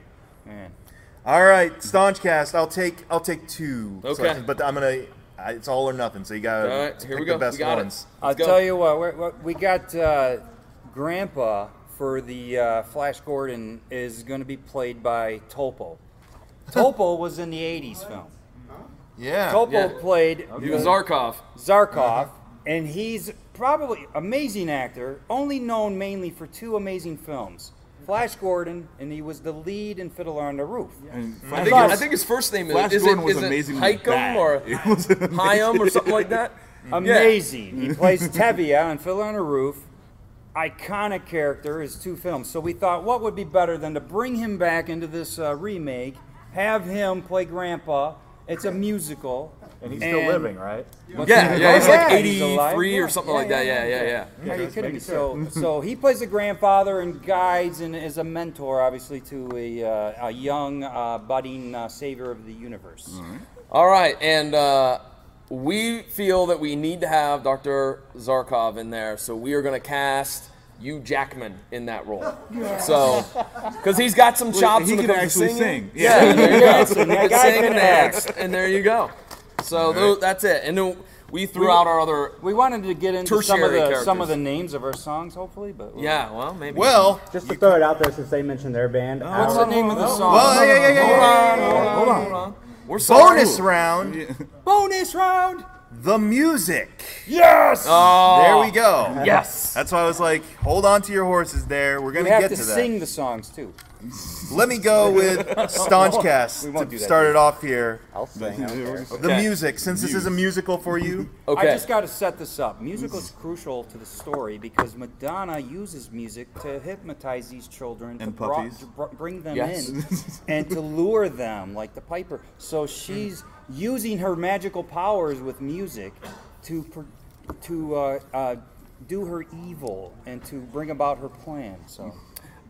Speaker 10: All right, Staunchcast. I'll take. I'll take two. So,
Speaker 5: Okay.
Speaker 10: but I'm gonna. I, it's all or nothing. So you gotta
Speaker 5: All right, here
Speaker 10: pick
Speaker 5: we
Speaker 10: the
Speaker 5: go.
Speaker 10: best
Speaker 5: we got it.
Speaker 10: ones.
Speaker 5: I'll tell you what, we're, we're- we got uh, Grandpa for the uh, Flash Gordon is going to be played by Topo. Topo was in the 80s film.
Speaker 10: Yeah.
Speaker 5: Topo
Speaker 7: Yeah.
Speaker 5: played
Speaker 7: He was Zarkov.
Speaker 5: Zarkov, and he's probably amazing actor, only known mainly for two amazing films. Flash Gordon, and he was the lead in Fiddler on the Roof.
Speaker 7: I think, I think his first name is
Speaker 5: Flash
Speaker 7: is
Speaker 5: Gordon
Speaker 7: it,
Speaker 5: was
Speaker 7: is it
Speaker 5: amazingly
Speaker 7: Hikem
Speaker 5: bad.
Speaker 7: or
Speaker 5: It was
Speaker 7: Hyam or something like that. Yeah.
Speaker 5: Amazing. He plays Tevye on Fiddler on a Roof. Iconic character is two films. So we thought, what would be better than to bring him back into this uh, remake, have him play Grandpa. It's a musical.
Speaker 13: And he's still living, right?
Speaker 5: What's
Speaker 7: Yeah,
Speaker 5: he-
Speaker 7: yeah, he's like
Speaker 5: he's alive.
Speaker 7: 83 or something like that. Yeah, yeah, yeah.
Speaker 5: Are you
Speaker 7: Yeah,
Speaker 5: kidding me?
Speaker 7: just making
Speaker 5: So,
Speaker 7: sure.
Speaker 5: so he plays a grandfather and guides and is a mentor, obviously, to a, uh, a young, uh, budding uh, savior of the universe.
Speaker 7: All right, and uh, we feel that we need to have Dr. Zarkov in there, so we are going to cast you Jackman in that role. So, because he's got some
Speaker 6: Wait,
Speaker 7: chops
Speaker 6: he
Speaker 7: when it
Speaker 6: can
Speaker 7: comes to
Speaker 6: actually
Speaker 7: singing.
Speaker 6: sing.
Speaker 7: Yeah,
Speaker 6: Yeah.
Speaker 7: there you
Speaker 6: Yeah,
Speaker 7: go.
Speaker 6: so that
Speaker 7: He can
Speaker 6: guy
Speaker 7: sing
Speaker 6: can
Speaker 7: and
Speaker 6: act.
Speaker 7: act, and there you go. So
Speaker 5: All right.
Speaker 7: tho- that's it. And then we threw out our other.
Speaker 5: We wanted to get into some of the
Speaker 7: tertiary
Speaker 5: some of
Speaker 7: characters.
Speaker 5: the names of our songs, hopefully, but
Speaker 7: Yeah, well, maybe.
Speaker 4: just to throw it out there, since they mentioned their band,
Speaker 5: what's the
Speaker 4: Alan-
Speaker 5: name of the
Speaker 4: Oh,
Speaker 5: song?
Speaker 4: well, yeah, yeah, yeah,
Speaker 5: Hold
Speaker 4: yeah, yeah,
Speaker 5: on, hold
Speaker 4: yeah,
Speaker 5: on,
Speaker 4: hold
Speaker 5: hold
Speaker 4: on.
Speaker 5: on.
Speaker 7: We're sorry.
Speaker 10: Bonus round.
Speaker 5: Bonus round.
Speaker 10: The music. Oh.
Speaker 5: Yes.
Speaker 10: there we go.
Speaker 5: Yes.
Speaker 10: That's why I was like, hold on to your horses. There, we're
Speaker 5: You
Speaker 10: gonna
Speaker 5: have
Speaker 10: get
Speaker 5: to,
Speaker 10: to, that.
Speaker 5: sing the songs too.
Speaker 10: Let me go with
Speaker 5: We
Speaker 10: Staunchcast
Speaker 5: won't
Speaker 10: to
Speaker 5: do that.
Speaker 10: start it off here.
Speaker 4: I'll sing, I don't care.
Speaker 10: The music, since this is a musical for you.
Speaker 5: I just got to set this up. Music
Speaker 6: Mm.
Speaker 5: is crucial to the story because Madonna uses music to hypnotize these children
Speaker 6: And
Speaker 5: to, bro-
Speaker 6: puppies.
Speaker 5: to bro- bring them
Speaker 6: Yes.
Speaker 5: in and to lure them like the piper. So
Speaker 6: Mm.
Speaker 5: she's using her magical powers with music to pr- to uh, uh, do her evil and to bring about her plan. So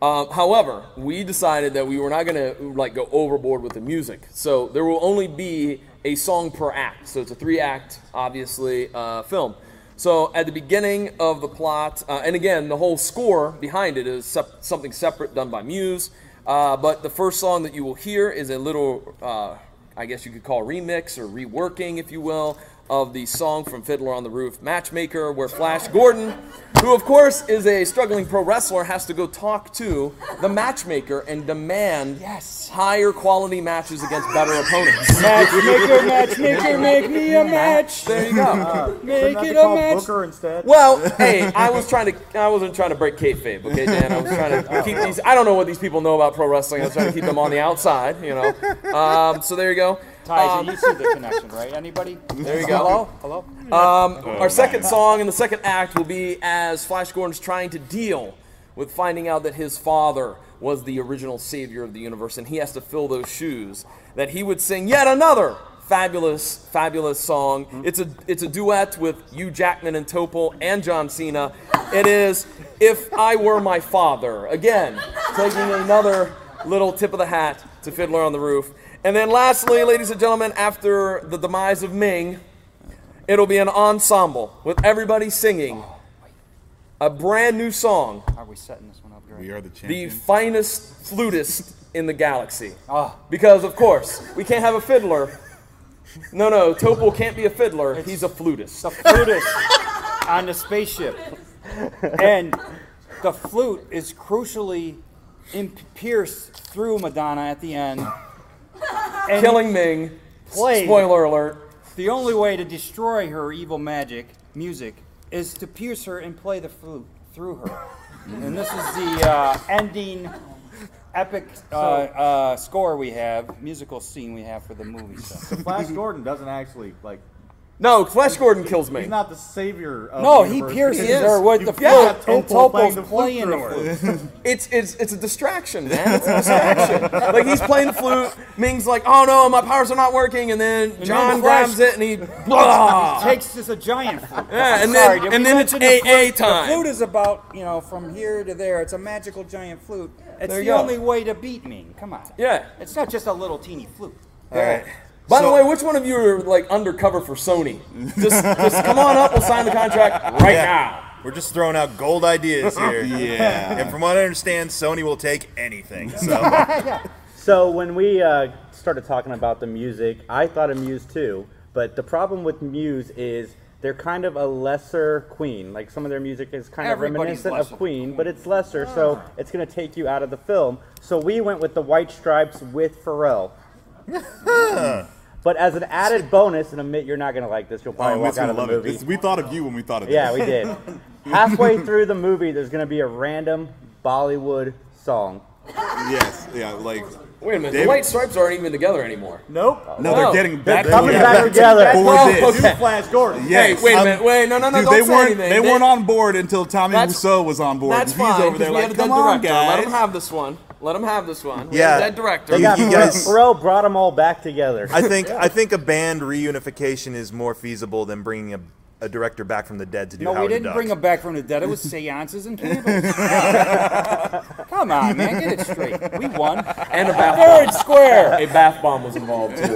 Speaker 7: Um, however, we decided that we were not going to like go overboard with the music, so there will only be a song per act. So it's a three-act, obviously, uh, film. So at the beginning of the plot, uh, and again, the whole score behind it is sep- something separate done by Muse. Uh, but the first song that you will hear is a little, uh, I guess you could call remix or reworking, if you will, of the song from Fiddler on the Roof, Matchmaker, where Flash Gordon, who of course is a struggling pro wrestler, has to go talk to the matchmaker and demand higher quality matches against better opponents.
Speaker 11: Matchmaker, matchmaker, make me a match.
Speaker 7: There you go.
Speaker 11: Make
Speaker 13: Couldn't that
Speaker 11: it
Speaker 13: be
Speaker 11: a
Speaker 13: Uh, called
Speaker 11: match.
Speaker 13: Booker instead.
Speaker 7: Well, hey, I was trying to. I wasn't trying to break kayfabe, okay, Dan. I was trying to keep these. I don't know what these people know about pro wrestling. I was trying to keep them on the outside, you know. Um, so there you go.
Speaker 5: Tyson,
Speaker 7: Um,
Speaker 5: you see the connection, right? Anybody?
Speaker 7: There you go.
Speaker 5: Hello? Hello?
Speaker 7: Um, our second song in the second act will be as Flash Gordon's trying to deal with finding out that his father was the original savior of the universe and he has to fill those shoes. That he would sing yet another fabulous, fabulous song. It's a it's a duet with Hugh Jackman and Topol and John Cena. It is If I Were My Father. Again, taking another little tip of the hat to Fiddler on the Roof. And then lastly, ladies and gentlemen, after the demise of Ming, It'll be an ensemble with everybody singing a brand new song.
Speaker 5: Are we setting this one up? Gary?
Speaker 6: We are the champions.
Speaker 7: The finest flutist in the galaxy. Because, of course, we can't have a fiddler. No, no, Topol can't be a fiddler. He's a flutist.
Speaker 5: The flutist on the spaceship. And the flute is crucially in- pierced through Madonna at the end. And
Speaker 7: Killing Ming.
Speaker 5: Played.
Speaker 7: Spoiler alert.
Speaker 5: The only way to destroy her evil magic, music, is to pierce her and play the flute through her. and this is the uh, ending epic uh, uh, score we have, musical scene we have for the movie. So.
Speaker 13: Flash Gordon doesn't actually like.
Speaker 7: No, Flash Gordon kills me.
Speaker 13: He's not the savior. of
Speaker 5: No,
Speaker 13: the
Speaker 5: he
Speaker 13: universe.
Speaker 5: pierces her with the
Speaker 13: You've got
Speaker 5: flute, and
Speaker 13: Topol
Speaker 5: Topol's
Speaker 13: flute
Speaker 5: playing the
Speaker 13: through her.
Speaker 5: flute.
Speaker 7: It's it's it's a distraction, man. It's a distraction. like he's playing the flute. Ming's like, oh no, my powers are not working, and then
Speaker 5: then
Speaker 7: John
Speaker 5: Flash-
Speaker 7: grabs it and he blah.
Speaker 5: takes this a giant flute.
Speaker 7: Yeah,
Speaker 5: I'm
Speaker 7: and then-
Speaker 5: sorry, did we
Speaker 7: and then it's
Speaker 5: mention the
Speaker 7: AA
Speaker 5: flute?
Speaker 7: time.
Speaker 5: The flute is about you know from here to there. It's a magical giant flute. It's
Speaker 7: There
Speaker 5: the
Speaker 7: you go.
Speaker 5: only way to beat me. Come on.
Speaker 7: Yeah.
Speaker 5: It's not just a little teeny flute.
Speaker 7: Alright. By the way, which one of you are like undercover for Sony? Just just come on up. We'll sign the contract right
Speaker 10: Yeah.
Speaker 7: now.
Speaker 10: We're just throwing out gold ideas here.
Speaker 7: Yeah.
Speaker 10: And from what I understand, Sony will take anything. So
Speaker 4: So when we uh, started talking about the music, I thought of Muse too, but the problem with Muse is they're kind of a lesser Queen. Like some of their music is kind
Speaker 5: Everybody's
Speaker 4: of reminiscent
Speaker 5: lesser
Speaker 4: of Queen, but it's lesser, so
Speaker 6: Ah.
Speaker 4: it's going to take you out of the film. So we went with the White Stripes with Pharrell. But as an added bonus, and admit you're not going to like this, you'll probably
Speaker 6: Oh,
Speaker 4: walk
Speaker 6: Mitt's
Speaker 4: out
Speaker 6: gonna
Speaker 4: of the
Speaker 6: love it.
Speaker 4: movie.
Speaker 6: This- We thought of you when we thought of this.
Speaker 4: Yeah, we did. Halfway through the movie, there's going to be a random Bollywood song.
Speaker 6: yes, yeah, like.
Speaker 7: Wait a minute.
Speaker 4: David-
Speaker 7: The White Stripes aren't even together anymore.
Speaker 13: Nope.
Speaker 6: No, they're getting back
Speaker 4: coming
Speaker 6: together.
Speaker 4: back together.
Speaker 6: For
Speaker 4: Well,
Speaker 6: this.
Speaker 4: okay.
Speaker 13: Flash Gordon.
Speaker 6: Yes.
Speaker 7: Hey, wait a
Speaker 6: I'm-
Speaker 7: minute. Wait, no, no, no.
Speaker 6: Dude,
Speaker 7: don't
Speaker 6: they
Speaker 7: say
Speaker 6: weren't.
Speaker 7: anything.
Speaker 6: They, weren't on board until Tommy Wiseau was on board.
Speaker 7: That's
Speaker 6: He's
Speaker 7: fine.
Speaker 6: over
Speaker 7: 'cause
Speaker 6: there
Speaker 7: we
Speaker 6: like,
Speaker 7: had a dead
Speaker 6: come on,
Speaker 7: director. Let him
Speaker 6: guys."
Speaker 7: have this one. Let him have this one. We
Speaker 10: Yeah.
Speaker 7: had a dead director.
Speaker 4: They got
Speaker 10: You
Speaker 4: Pharrell,
Speaker 10: guys-
Speaker 4: Pharrell brought them all back together.
Speaker 10: I think I think a band reunification is more feasible than bringing a, a director back from the dead to do
Speaker 5: No,
Speaker 10: Howard
Speaker 5: we
Speaker 10: the
Speaker 5: didn't
Speaker 10: Duck.
Speaker 5: bring him back from the dead. It was seances and candles. Come on, man, get it straight. We won.
Speaker 7: and a bath
Speaker 5: Fair
Speaker 7: bomb.
Speaker 5: and square.
Speaker 7: A bath bomb was involved too.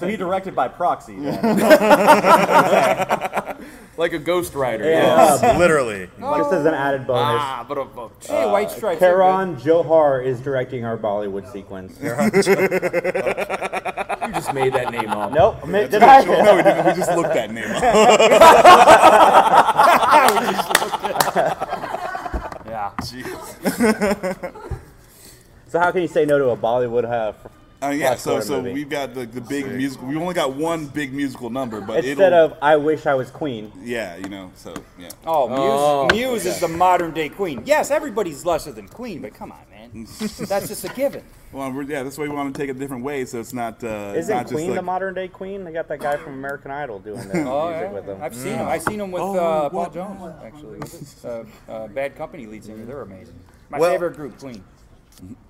Speaker 13: So he directed by proxy. then.
Speaker 7: like a ghost rider.
Speaker 4: Yeah,
Speaker 7: yes.
Speaker 10: Uh, literally.
Speaker 4: Just as an added bonus.
Speaker 7: Ah, but a vote.
Speaker 5: Hey, White Stripes. they're
Speaker 4: Karan Johar is directing our Bollywood sequence.
Speaker 7: You just made that name up.
Speaker 4: Nope. ma- did I?
Speaker 6: That's it. No, we didn't. We just looked that name up.
Speaker 5: yeah.
Speaker 6: Jeez.
Speaker 4: So how can you say no to a Bollywood? Uh, f-
Speaker 6: Uh, yeah,
Speaker 4: Flash
Speaker 6: so
Speaker 4: Gordon
Speaker 6: so
Speaker 4: movie?
Speaker 6: we've got the, the big musical. We only got one big musical number, but
Speaker 4: instead
Speaker 6: it'll,
Speaker 4: of I wish I was Queen.
Speaker 6: yeah, you know, so yeah.
Speaker 5: good. Oh, Muse,
Speaker 4: Oh,
Speaker 5: Muse is
Speaker 4: okay.
Speaker 5: the modern day queen. Yes, everybody's lesser than queen, but come on, man. That's just a given.
Speaker 6: Well, we're, yeah, that's why we want to take it a different way, so it's not. Uh, it's
Speaker 4: Isn't
Speaker 6: not
Speaker 4: Queen
Speaker 6: just
Speaker 4: the
Speaker 6: like,
Speaker 4: modern day Queen? They got that guy from American Idol doing that
Speaker 5: Oh,
Speaker 4: music
Speaker 5: yeah.
Speaker 4: with them.
Speaker 5: I've
Speaker 6: Mm.
Speaker 5: seen him. I've seen him with
Speaker 6: Oh,
Speaker 5: uh, Paul Jones, actually. with, uh, uh, Bad Company lead singer. They're amazing. My
Speaker 10: Well-
Speaker 5: favorite group, Queen.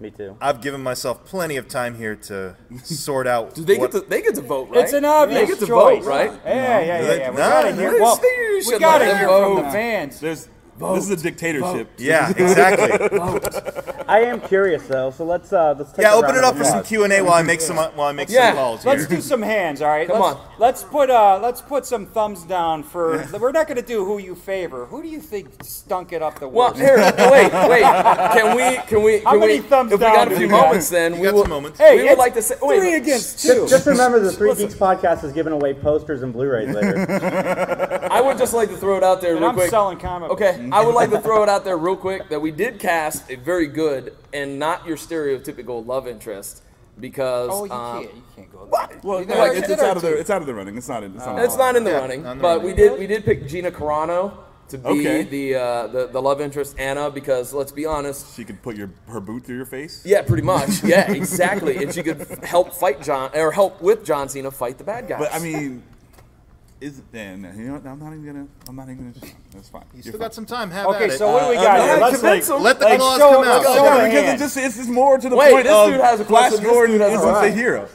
Speaker 4: Me too.
Speaker 10: I've given myself plenty of time here to sort out.
Speaker 7: Do they
Speaker 10: what-
Speaker 7: get to they get to vote, right?
Speaker 5: It's an obvious
Speaker 7: They get to
Speaker 5: choice.
Speaker 7: vote, right?
Speaker 5: Yeah, yeah, yeah, yeah. We
Speaker 10: No.
Speaker 5: gotta hear.
Speaker 10: No.
Speaker 5: Well,
Speaker 7: They
Speaker 5: we
Speaker 7: should
Speaker 5: gotta
Speaker 7: let them
Speaker 5: hear from
Speaker 7: vote.
Speaker 5: the fans.
Speaker 6: There's This is a
Speaker 4: Vote.
Speaker 6: dictatorship.
Speaker 10: Yeah, exactly.
Speaker 4: I am curious though, so let's uh, let's take
Speaker 10: Yeah,
Speaker 4: a
Speaker 10: open
Speaker 4: round
Speaker 10: it
Speaker 4: of
Speaker 10: up for some
Speaker 4: applause.
Speaker 10: Q and A while I make some while I make
Speaker 5: yeah,
Speaker 10: some calls here.
Speaker 5: let's do some hands. All right,
Speaker 10: Come
Speaker 5: let's,
Speaker 10: on.
Speaker 5: Let's put uh, let's put some thumbs down for. We're not going to do who you favor. Who do you think stunk it up the
Speaker 7: Well,
Speaker 5: worst?
Speaker 7: here, wait, wait. Can we? Can we? Can
Speaker 5: How many
Speaker 7: we,
Speaker 5: thumbs
Speaker 7: If we
Speaker 5: down
Speaker 7: got
Speaker 5: do
Speaker 7: a few
Speaker 5: we got?
Speaker 7: moments, then we will.
Speaker 5: Hey,
Speaker 7: we would
Speaker 5: it's
Speaker 7: like to say oh, wait,
Speaker 5: three
Speaker 7: wait.
Speaker 5: against
Speaker 4: Just, just remember the Three Geeks podcast is giving away posters and Blu-rays later.
Speaker 7: I would just like to throw it out there
Speaker 5: And
Speaker 7: real
Speaker 5: I'm
Speaker 7: quick.
Speaker 5: selling comic books.
Speaker 7: Okay, I would like to throw it out there real quick that we did cast a very good and not your stereotypical love interest because
Speaker 5: Oh, you
Speaker 7: um,
Speaker 5: can't. You can't go.
Speaker 7: Well,
Speaker 6: No, like, it's, it's out of the it's out of the running. It's not in. It's not, in the
Speaker 7: It's not in the
Speaker 6: running.
Speaker 7: running,
Speaker 6: Yeah, not in the
Speaker 7: but
Speaker 6: running.
Speaker 7: we did we did pick Gina Carano to be
Speaker 6: Okay.
Speaker 7: the, uh, the the love interest Anna because let's be honest,
Speaker 6: she could put your her boot through your face.
Speaker 7: Yeah, pretty much. Yeah, exactly. and she could f- help fight John or help with John Cena fight the bad guys.
Speaker 6: But I mean, is then you know what, I'm not even gonna I'm not even gonna. That's fine. You
Speaker 10: still got some time. Have
Speaker 5: Okay,
Speaker 10: at it.
Speaker 5: so what do we
Speaker 6: Uh,
Speaker 5: got
Speaker 6: I'm
Speaker 5: here?
Speaker 6: not
Speaker 5: Let's
Speaker 6: convinced.
Speaker 5: like-
Speaker 10: Let the
Speaker 5: like,
Speaker 10: claws
Speaker 5: show-
Speaker 10: come out.
Speaker 5: let's show a
Speaker 6: because it
Speaker 5: hand.
Speaker 6: just it's just more to the
Speaker 7: Wait,
Speaker 6: point
Speaker 7: this
Speaker 6: of
Speaker 7: dude has a
Speaker 6: Flash
Speaker 7: question. This
Speaker 6: Gordon
Speaker 7: dude has a
Speaker 6: isn't the
Speaker 7: question.
Speaker 6: hero.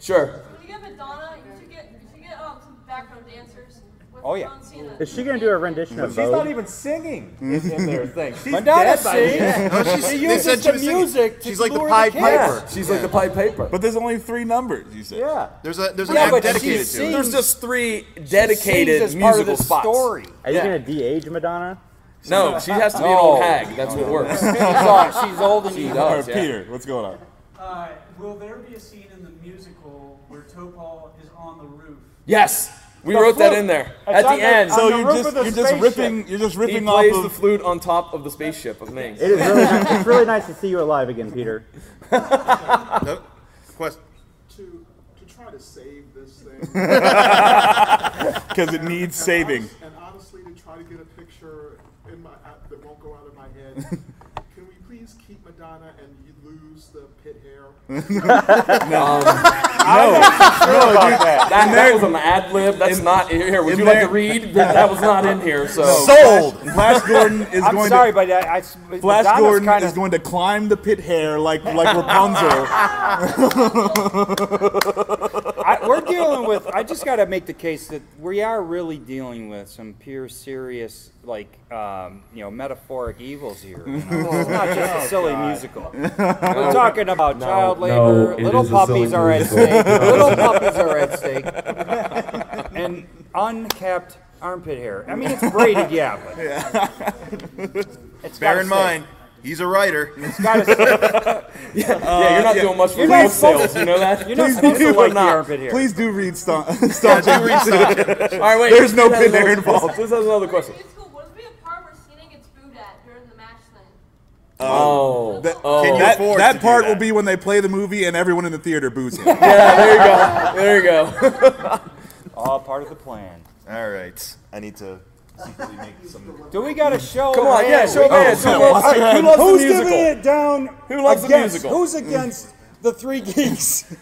Speaker 7: Sure.
Speaker 15: When you get Madonna, you should get, you should get um, some background dancers. With
Speaker 5: Oh, yeah.
Speaker 15: John Cena.
Speaker 4: Is she gonna do a rendition
Speaker 5: But
Speaker 4: of
Speaker 5: she's
Speaker 4: Vogue?
Speaker 5: not even singing in, in their thing. She's
Speaker 4: Madonna
Speaker 5: dead by the
Speaker 4: sings.
Speaker 5: end.
Speaker 4: No, she's-
Speaker 5: she
Speaker 4: they
Speaker 5: uses
Speaker 4: said she
Speaker 5: the
Speaker 4: was singing.
Speaker 5: music. to
Speaker 10: She's like the
Speaker 5: lure
Speaker 10: Pied
Speaker 5: kids.
Speaker 10: Piper.
Speaker 7: She's like the Pied Piper.
Speaker 6: But there's only three numbers. You said.
Speaker 5: Yeah.
Speaker 10: There's a there's an
Speaker 7: Yeah,
Speaker 10: act
Speaker 7: but
Speaker 10: dedicated
Speaker 7: she
Speaker 10: to it.
Speaker 7: sings- There's just three
Speaker 4: dedicated
Speaker 7: dedicated musical spots.
Speaker 4: Are you
Speaker 7: Yeah.
Speaker 4: gonna de-age Madonna?
Speaker 7: No, she has to be an old hag. That's what works. She does, yeah.
Speaker 6: what's going on?
Speaker 16: Uh, will there be a scene in the musical where Topol is on the roof?
Speaker 7: Yes, we
Speaker 16: The
Speaker 7: wrote that
Speaker 16: flute.
Speaker 7: in there
Speaker 16: It's
Speaker 7: at
Speaker 16: on
Speaker 7: the
Speaker 16: the-
Speaker 7: end.
Speaker 16: on So the you're roof just- of the you're just spaceship.
Speaker 6: ripping- you're just ripping
Speaker 7: he
Speaker 6: off
Speaker 7: plays
Speaker 6: of-
Speaker 7: the flute on top of the spaceship of me.
Speaker 4: It is really nice. it's really nice to see you alive again, Peter.
Speaker 2: to to try to save this thing
Speaker 6: 'Cause it
Speaker 2: And-
Speaker 6: needs
Speaker 2: and
Speaker 6: saving.
Speaker 2: honest- and honestly, to try to get a picture in my uh, that won't go out of my head. Can we please keep Madonna and you lose the pit hair?
Speaker 6: No.
Speaker 7: Um,
Speaker 6: No. No, dude.
Speaker 7: That,
Speaker 6: In
Speaker 7: that
Speaker 6: there-
Speaker 7: was an ad lib. That's not here. Would
Speaker 6: in
Speaker 7: you like
Speaker 6: there-
Speaker 7: to read? That, that was not in here. So
Speaker 6: Flash Gordon is
Speaker 5: I'm
Speaker 6: going.
Speaker 5: sorry,
Speaker 6: to,
Speaker 5: but I, I
Speaker 6: Flash
Speaker 5: Madonna's
Speaker 6: Gordon
Speaker 5: kinda-
Speaker 6: is going to climb the pit hair like like Rapunzel.
Speaker 5: I, we're dealing with. I just got to make the case that we are really dealing with some pure, serious, like um, you know, metaphoric evils here. you know? it's not just a
Speaker 13: Oh,
Speaker 5: silly
Speaker 13: God.
Speaker 5: musical.
Speaker 13: No.
Speaker 5: We're talking about
Speaker 13: No,
Speaker 5: child
Speaker 13: no,
Speaker 5: labor.
Speaker 13: it
Speaker 5: little
Speaker 13: is a silly
Speaker 5: puppies are at
Speaker 13: musical.
Speaker 5: stake. little puppies are at stake. and unkept armpit hair. I mean, it's braided, yeah. But it's
Speaker 10: Bear
Speaker 5: gotta
Speaker 10: in
Speaker 5: stay.
Speaker 10: mind, he's a writer.
Speaker 5: gotta stay. Yeah, yeah, you're not doing much for You're not real supposed- sales, you know that? you're not
Speaker 6: Please
Speaker 5: supposed
Speaker 6: do
Speaker 5: to like the
Speaker 6: not.
Speaker 5: armpit hair.
Speaker 6: Please do read Stomp.
Speaker 7: Yeah, do read Stomp. All right, wait.
Speaker 6: There's no
Speaker 7: This has
Speaker 6: pit hair
Speaker 7: another-
Speaker 6: involved.
Speaker 7: This has another question. Oh,
Speaker 6: that,
Speaker 7: oh. Can you
Speaker 6: that,
Speaker 7: afford
Speaker 6: that
Speaker 7: to do
Speaker 6: part
Speaker 7: that?
Speaker 6: will be when they play the movie and everyone in the theater boos him.
Speaker 7: Yeah, there you go. There you go.
Speaker 5: All part of the plan.
Speaker 10: All right, I need to secretly make some.
Speaker 5: Do we got to show?
Speaker 10: Come on,
Speaker 5: of
Speaker 10: yeah,
Speaker 5: hands?
Speaker 10: show of Oh, hands. Who no, loves- who loves the
Speaker 5: Who's
Speaker 10: musical?
Speaker 5: giving it down?
Speaker 7: Who loves the
Speaker 5: against-
Speaker 7: musical?
Speaker 5: Who's against the three geeks?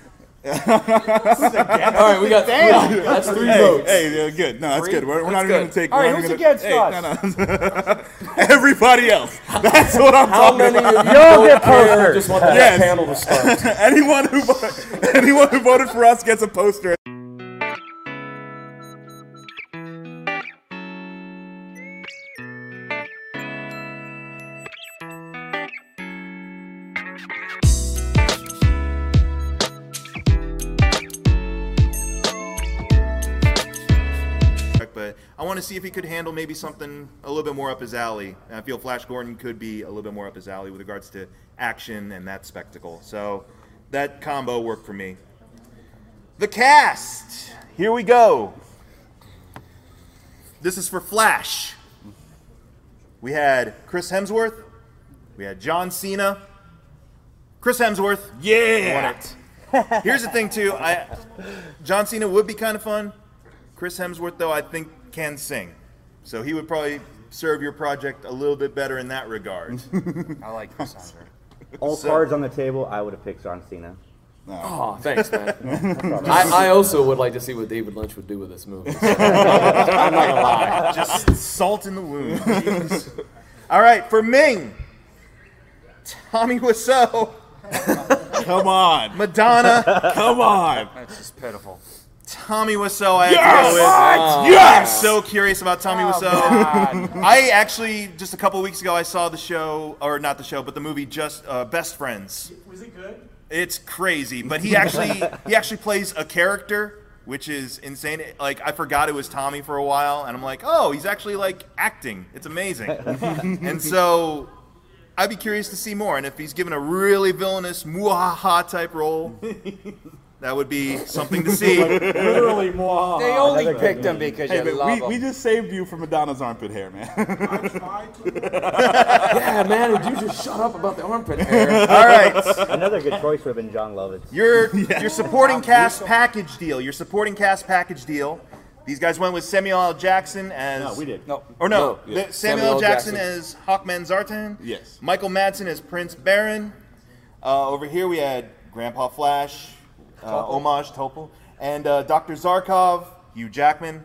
Speaker 6: All
Speaker 7: right, we got
Speaker 5: Damn.
Speaker 7: three. That's three
Speaker 6: hey,
Speaker 7: votes.
Speaker 6: Hey, uh, good. No, that's
Speaker 7: Three?
Speaker 6: good. We're, we're
Speaker 7: That's
Speaker 6: not even
Speaker 7: good.
Speaker 6: going to take.
Speaker 7: All
Speaker 6: we're
Speaker 7: right,
Speaker 6: not
Speaker 7: who's
Speaker 6: even gonna-
Speaker 7: against
Speaker 6: hey, us? No, no. Everybody else. That's what I'm
Speaker 7: How
Speaker 6: talking
Speaker 7: many
Speaker 6: about.
Speaker 7: of you Y'all get vote here posters. just want the
Speaker 6: Yes.
Speaker 7: panel to start?
Speaker 6: anyone who vo- anyone who voted for us gets a poster.
Speaker 10: But I want to see if he could handle maybe something a little bit more up his alley. And I feel Flash Gordon could be a little bit more up his alley with regards to action and that spectacle. So that combo worked for me. The cast. Here we go. This is for Flash. We had Chris Hemsworth. We had John Cena. Chris Hemsworth.
Speaker 6: Yeah.
Speaker 10: Won it. Here's the thing too. I John Cena would be kind of fun. Chris Hemsworth though I think can sing. So he would probably serve your project a little bit better in that regard.
Speaker 5: I like Chris Hemsworth.
Speaker 4: All cards on the table. I would have picked John Cena.
Speaker 7: Oh, thanks,
Speaker 4: No
Speaker 7: man.
Speaker 4: problem.
Speaker 7: I, I also would like to see what David Lynch would do with this movie. So, I'm not gonna lie.
Speaker 10: Just salt in the wound. Jeez. All right, for Ming, Tommy Wiseau. Come
Speaker 6: on.
Speaker 10: Madonna.
Speaker 6: Come on.
Speaker 5: That's just pitiful.
Speaker 10: Tommy Wiseau I had
Speaker 11: Yes!
Speaker 10: to go with.
Speaker 11: What?
Speaker 10: I'm
Speaker 11: Yes!
Speaker 10: so curious about Tommy
Speaker 11: Oh,
Speaker 10: Wiseau. I actually just a couple weeks ago I saw the show, or not the show, but the movie Just uh, Best Friends.
Speaker 16: Was it good?
Speaker 10: It's crazy, but he actually he actually plays a character, which is insane. Like I forgot it was Tommy for a while, and I'm like, oh, he's actually like acting. It's amazing. and so I'd be curious to see more. And if he's given a really villainous muahaha type role, that would be something to see.
Speaker 13: Like, literally muahaha. They only
Speaker 10: That's
Speaker 13: picked
Speaker 10: good.
Speaker 13: him because
Speaker 6: Hey,
Speaker 13: you
Speaker 6: but
Speaker 13: love
Speaker 6: we,
Speaker 13: him.
Speaker 6: we just saved you from Madonna's armpit hair, man.
Speaker 13: Yeah, man, would you just shut up about the armpit hair?
Speaker 4: Another good choice would have been John Lovitz.
Speaker 10: Your your supporting cast package deal. Your supporting cast package deal. These guys went with Samuel L. Jackson as
Speaker 13: No, we did. No.
Speaker 10: Or no,
Speaker 13: No.
Speaker 10: the-
Speaker 13: Yeah.
Speaker 10: Samuel L. Jackson, as Hawkman Zartan.
Speaker 6: Yes.
Speaker 10: Michael Madsen as Prince Baron. Uh, over here we had Grandpa Flash, uh,
Speaker 6: Topol.
Speaker 10: Homage Topol, and uh, Doctor Zarkov, Hugh Jackman.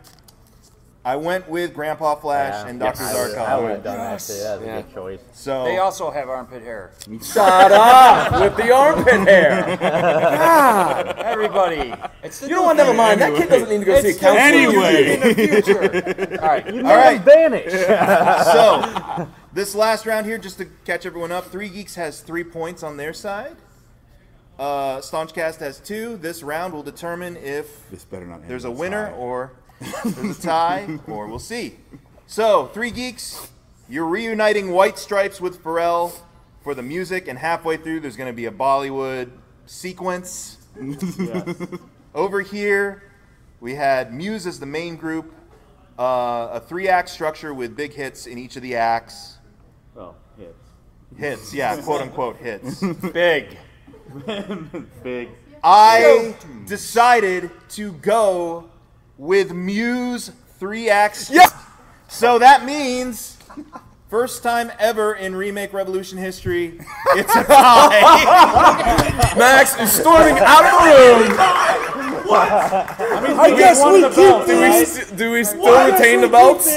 Speaker 10: I went with Grandpa Flash
Speaker 4: Yeah.
Speaker 10: and Doctor
Speaker 4: Yes. I
Speaker 10: Zarkov.
Speaker 4: would've- I would've done that, too. That was a Yes. good choice.
Speaker 10: So
Speaker 5: They also have armpit hair.
Speaker 10: Shut up with the armpit
Speaker 5: hair. God, everybody. It's the
Speaker 11: You know what? Never mind. That kid doesn't need to go see a counselor.
Speaker 5: All right.
Speaker 10: All right.
Speaker 4: vanish.
Speaker 10: so, this last round here, just to catch everyone up, Three Geeks has three points on their side. Uh, Staunchcast has two. This round will determine if
Speaker 6: This better not end
Speaker 10: there's
Speaker 6: in
Speaker 10: a
Speaker 6: a
Speaker 10: winner or there's a tie, or we'll see. So, Three Geeks, you're reuniting White Stripes with Pharrell for the music, and halfway through, there's going to be a Bollywood sequence. Over here, we had Muse as the main group, uh, a three act structure with big hits in each of the acts.
Speaker 13: Oh, hits.
Speaker 10: Hits, yeah, quote unquote hits.
Speaker 13: Big.
Speaker 10: big. I decided to go with Muse three acts. So that means. First time ever in Remake Revolution history, it's a tie.
Speaker 11: Max is storming out of the room.
Speaker 10: What?
Speaker 11: I guess we keep Do we, st- do we still retain the belts?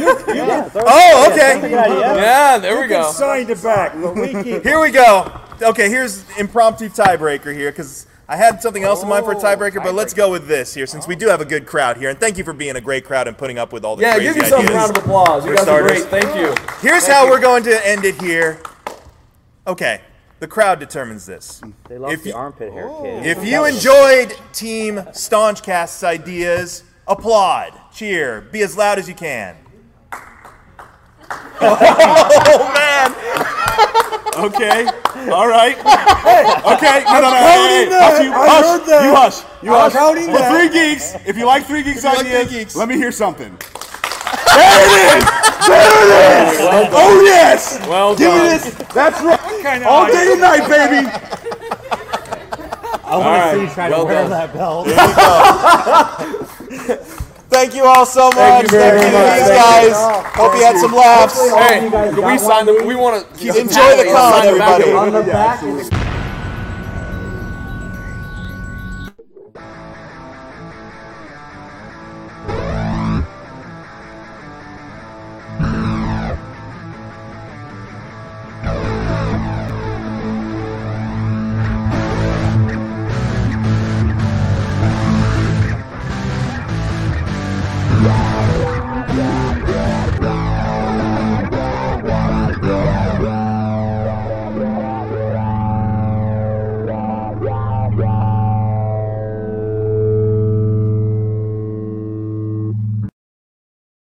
Speaker 10: Oh, okay.
Speaker 11: Yeah, there we go.
Speaker 10: it back, but
Speaker 11: we keep-
Speaker 10: Here we go. Okay, here's impromptu tiebreaker here because I had something else in mind
Speaker 11: Oh,
Speaker 10: for a tiebreaker, but let's go with this here since we do have a good crowd here. And thank you for being a great crowd and putting up with all the
Speaker 11: Yeah,
Speaker 10: crazy
Speaker 11: give yourself a
Speaker 10: ideas
Speaker 11: round of applause. You
Speaker 10: for
Speaker 11: guys are
Speaker 10: starters.
Speaker 11: great. Thank you.
Speaker 10: Here's
Speaker 11: Thank
Speaker 10: how
Speaker 11: you.
Speaker 10: we're going to end it here. Okay, the crowd determines this. They
Speaker 4: lost the armpit hair, kid.
Speaker 10: If you enjoyed Team Staunchcast's ideas, applaud, cheer, be as loud as you can. oh man!
Speaker 6: Okay. All right. Okay. No, no, no.
Speaker 11: I'm
Speaker 6: hey, hey,
Speaker 11: counting that.
Speaker 6: hush, you,
Speaker 11: I
Speaker 6: hush.
Speaker 11: heard that.
Speaker 6: You hush. You
Speaker 11: I'm
Speaker 6: hush.
Speaker 11: counting
Speaker 6: For
Speaker 11: that.
Speaker 6: Three geeks. If you like three
Speaker 11: If
Speaker 6: geeks
Speaker 11: you like
Speaker 6: ideas,
Speaker 11: Three Geeks.
Speaker 6: let me hear something.
Speaker 11: There it is. There it is.
Speaker 6: Well done.
Speaker 11: oh yes.
Speaker 6: Well
Speaker 11: Give
Speaker 6: done.
Speaker 11: me this. That's right.
Speaker 6: kind of
Speaker 11: All
Speaker 6: like-
Speaker 11: day and night, baby.
Speaker 4: I
Speaker 11: All
Speaker 4: want
Speaker 11: right,
Speaker 4: to see you try
Speaker 11: well
Speaker 4: to wear
Speaker 11: done.
Speaker 4: that belt.
Speaker 10: Thank you all so much.
Speaker 11: Thank you very
Speaker 10: Thank you
Speaker 11: much.
Speaker 10: to these
Speaker 11: Thank you.
Speaker 10: guys.
Speaker 11: Thank
Speaker 10: Hope you had
Speaker 11: you.
Speaker 10: some laughs.
Speaker 11: Hey, can we sign them? We want to
Speaker 10: Enjoy the con, everybody.
Speaker 11: Wow, wow.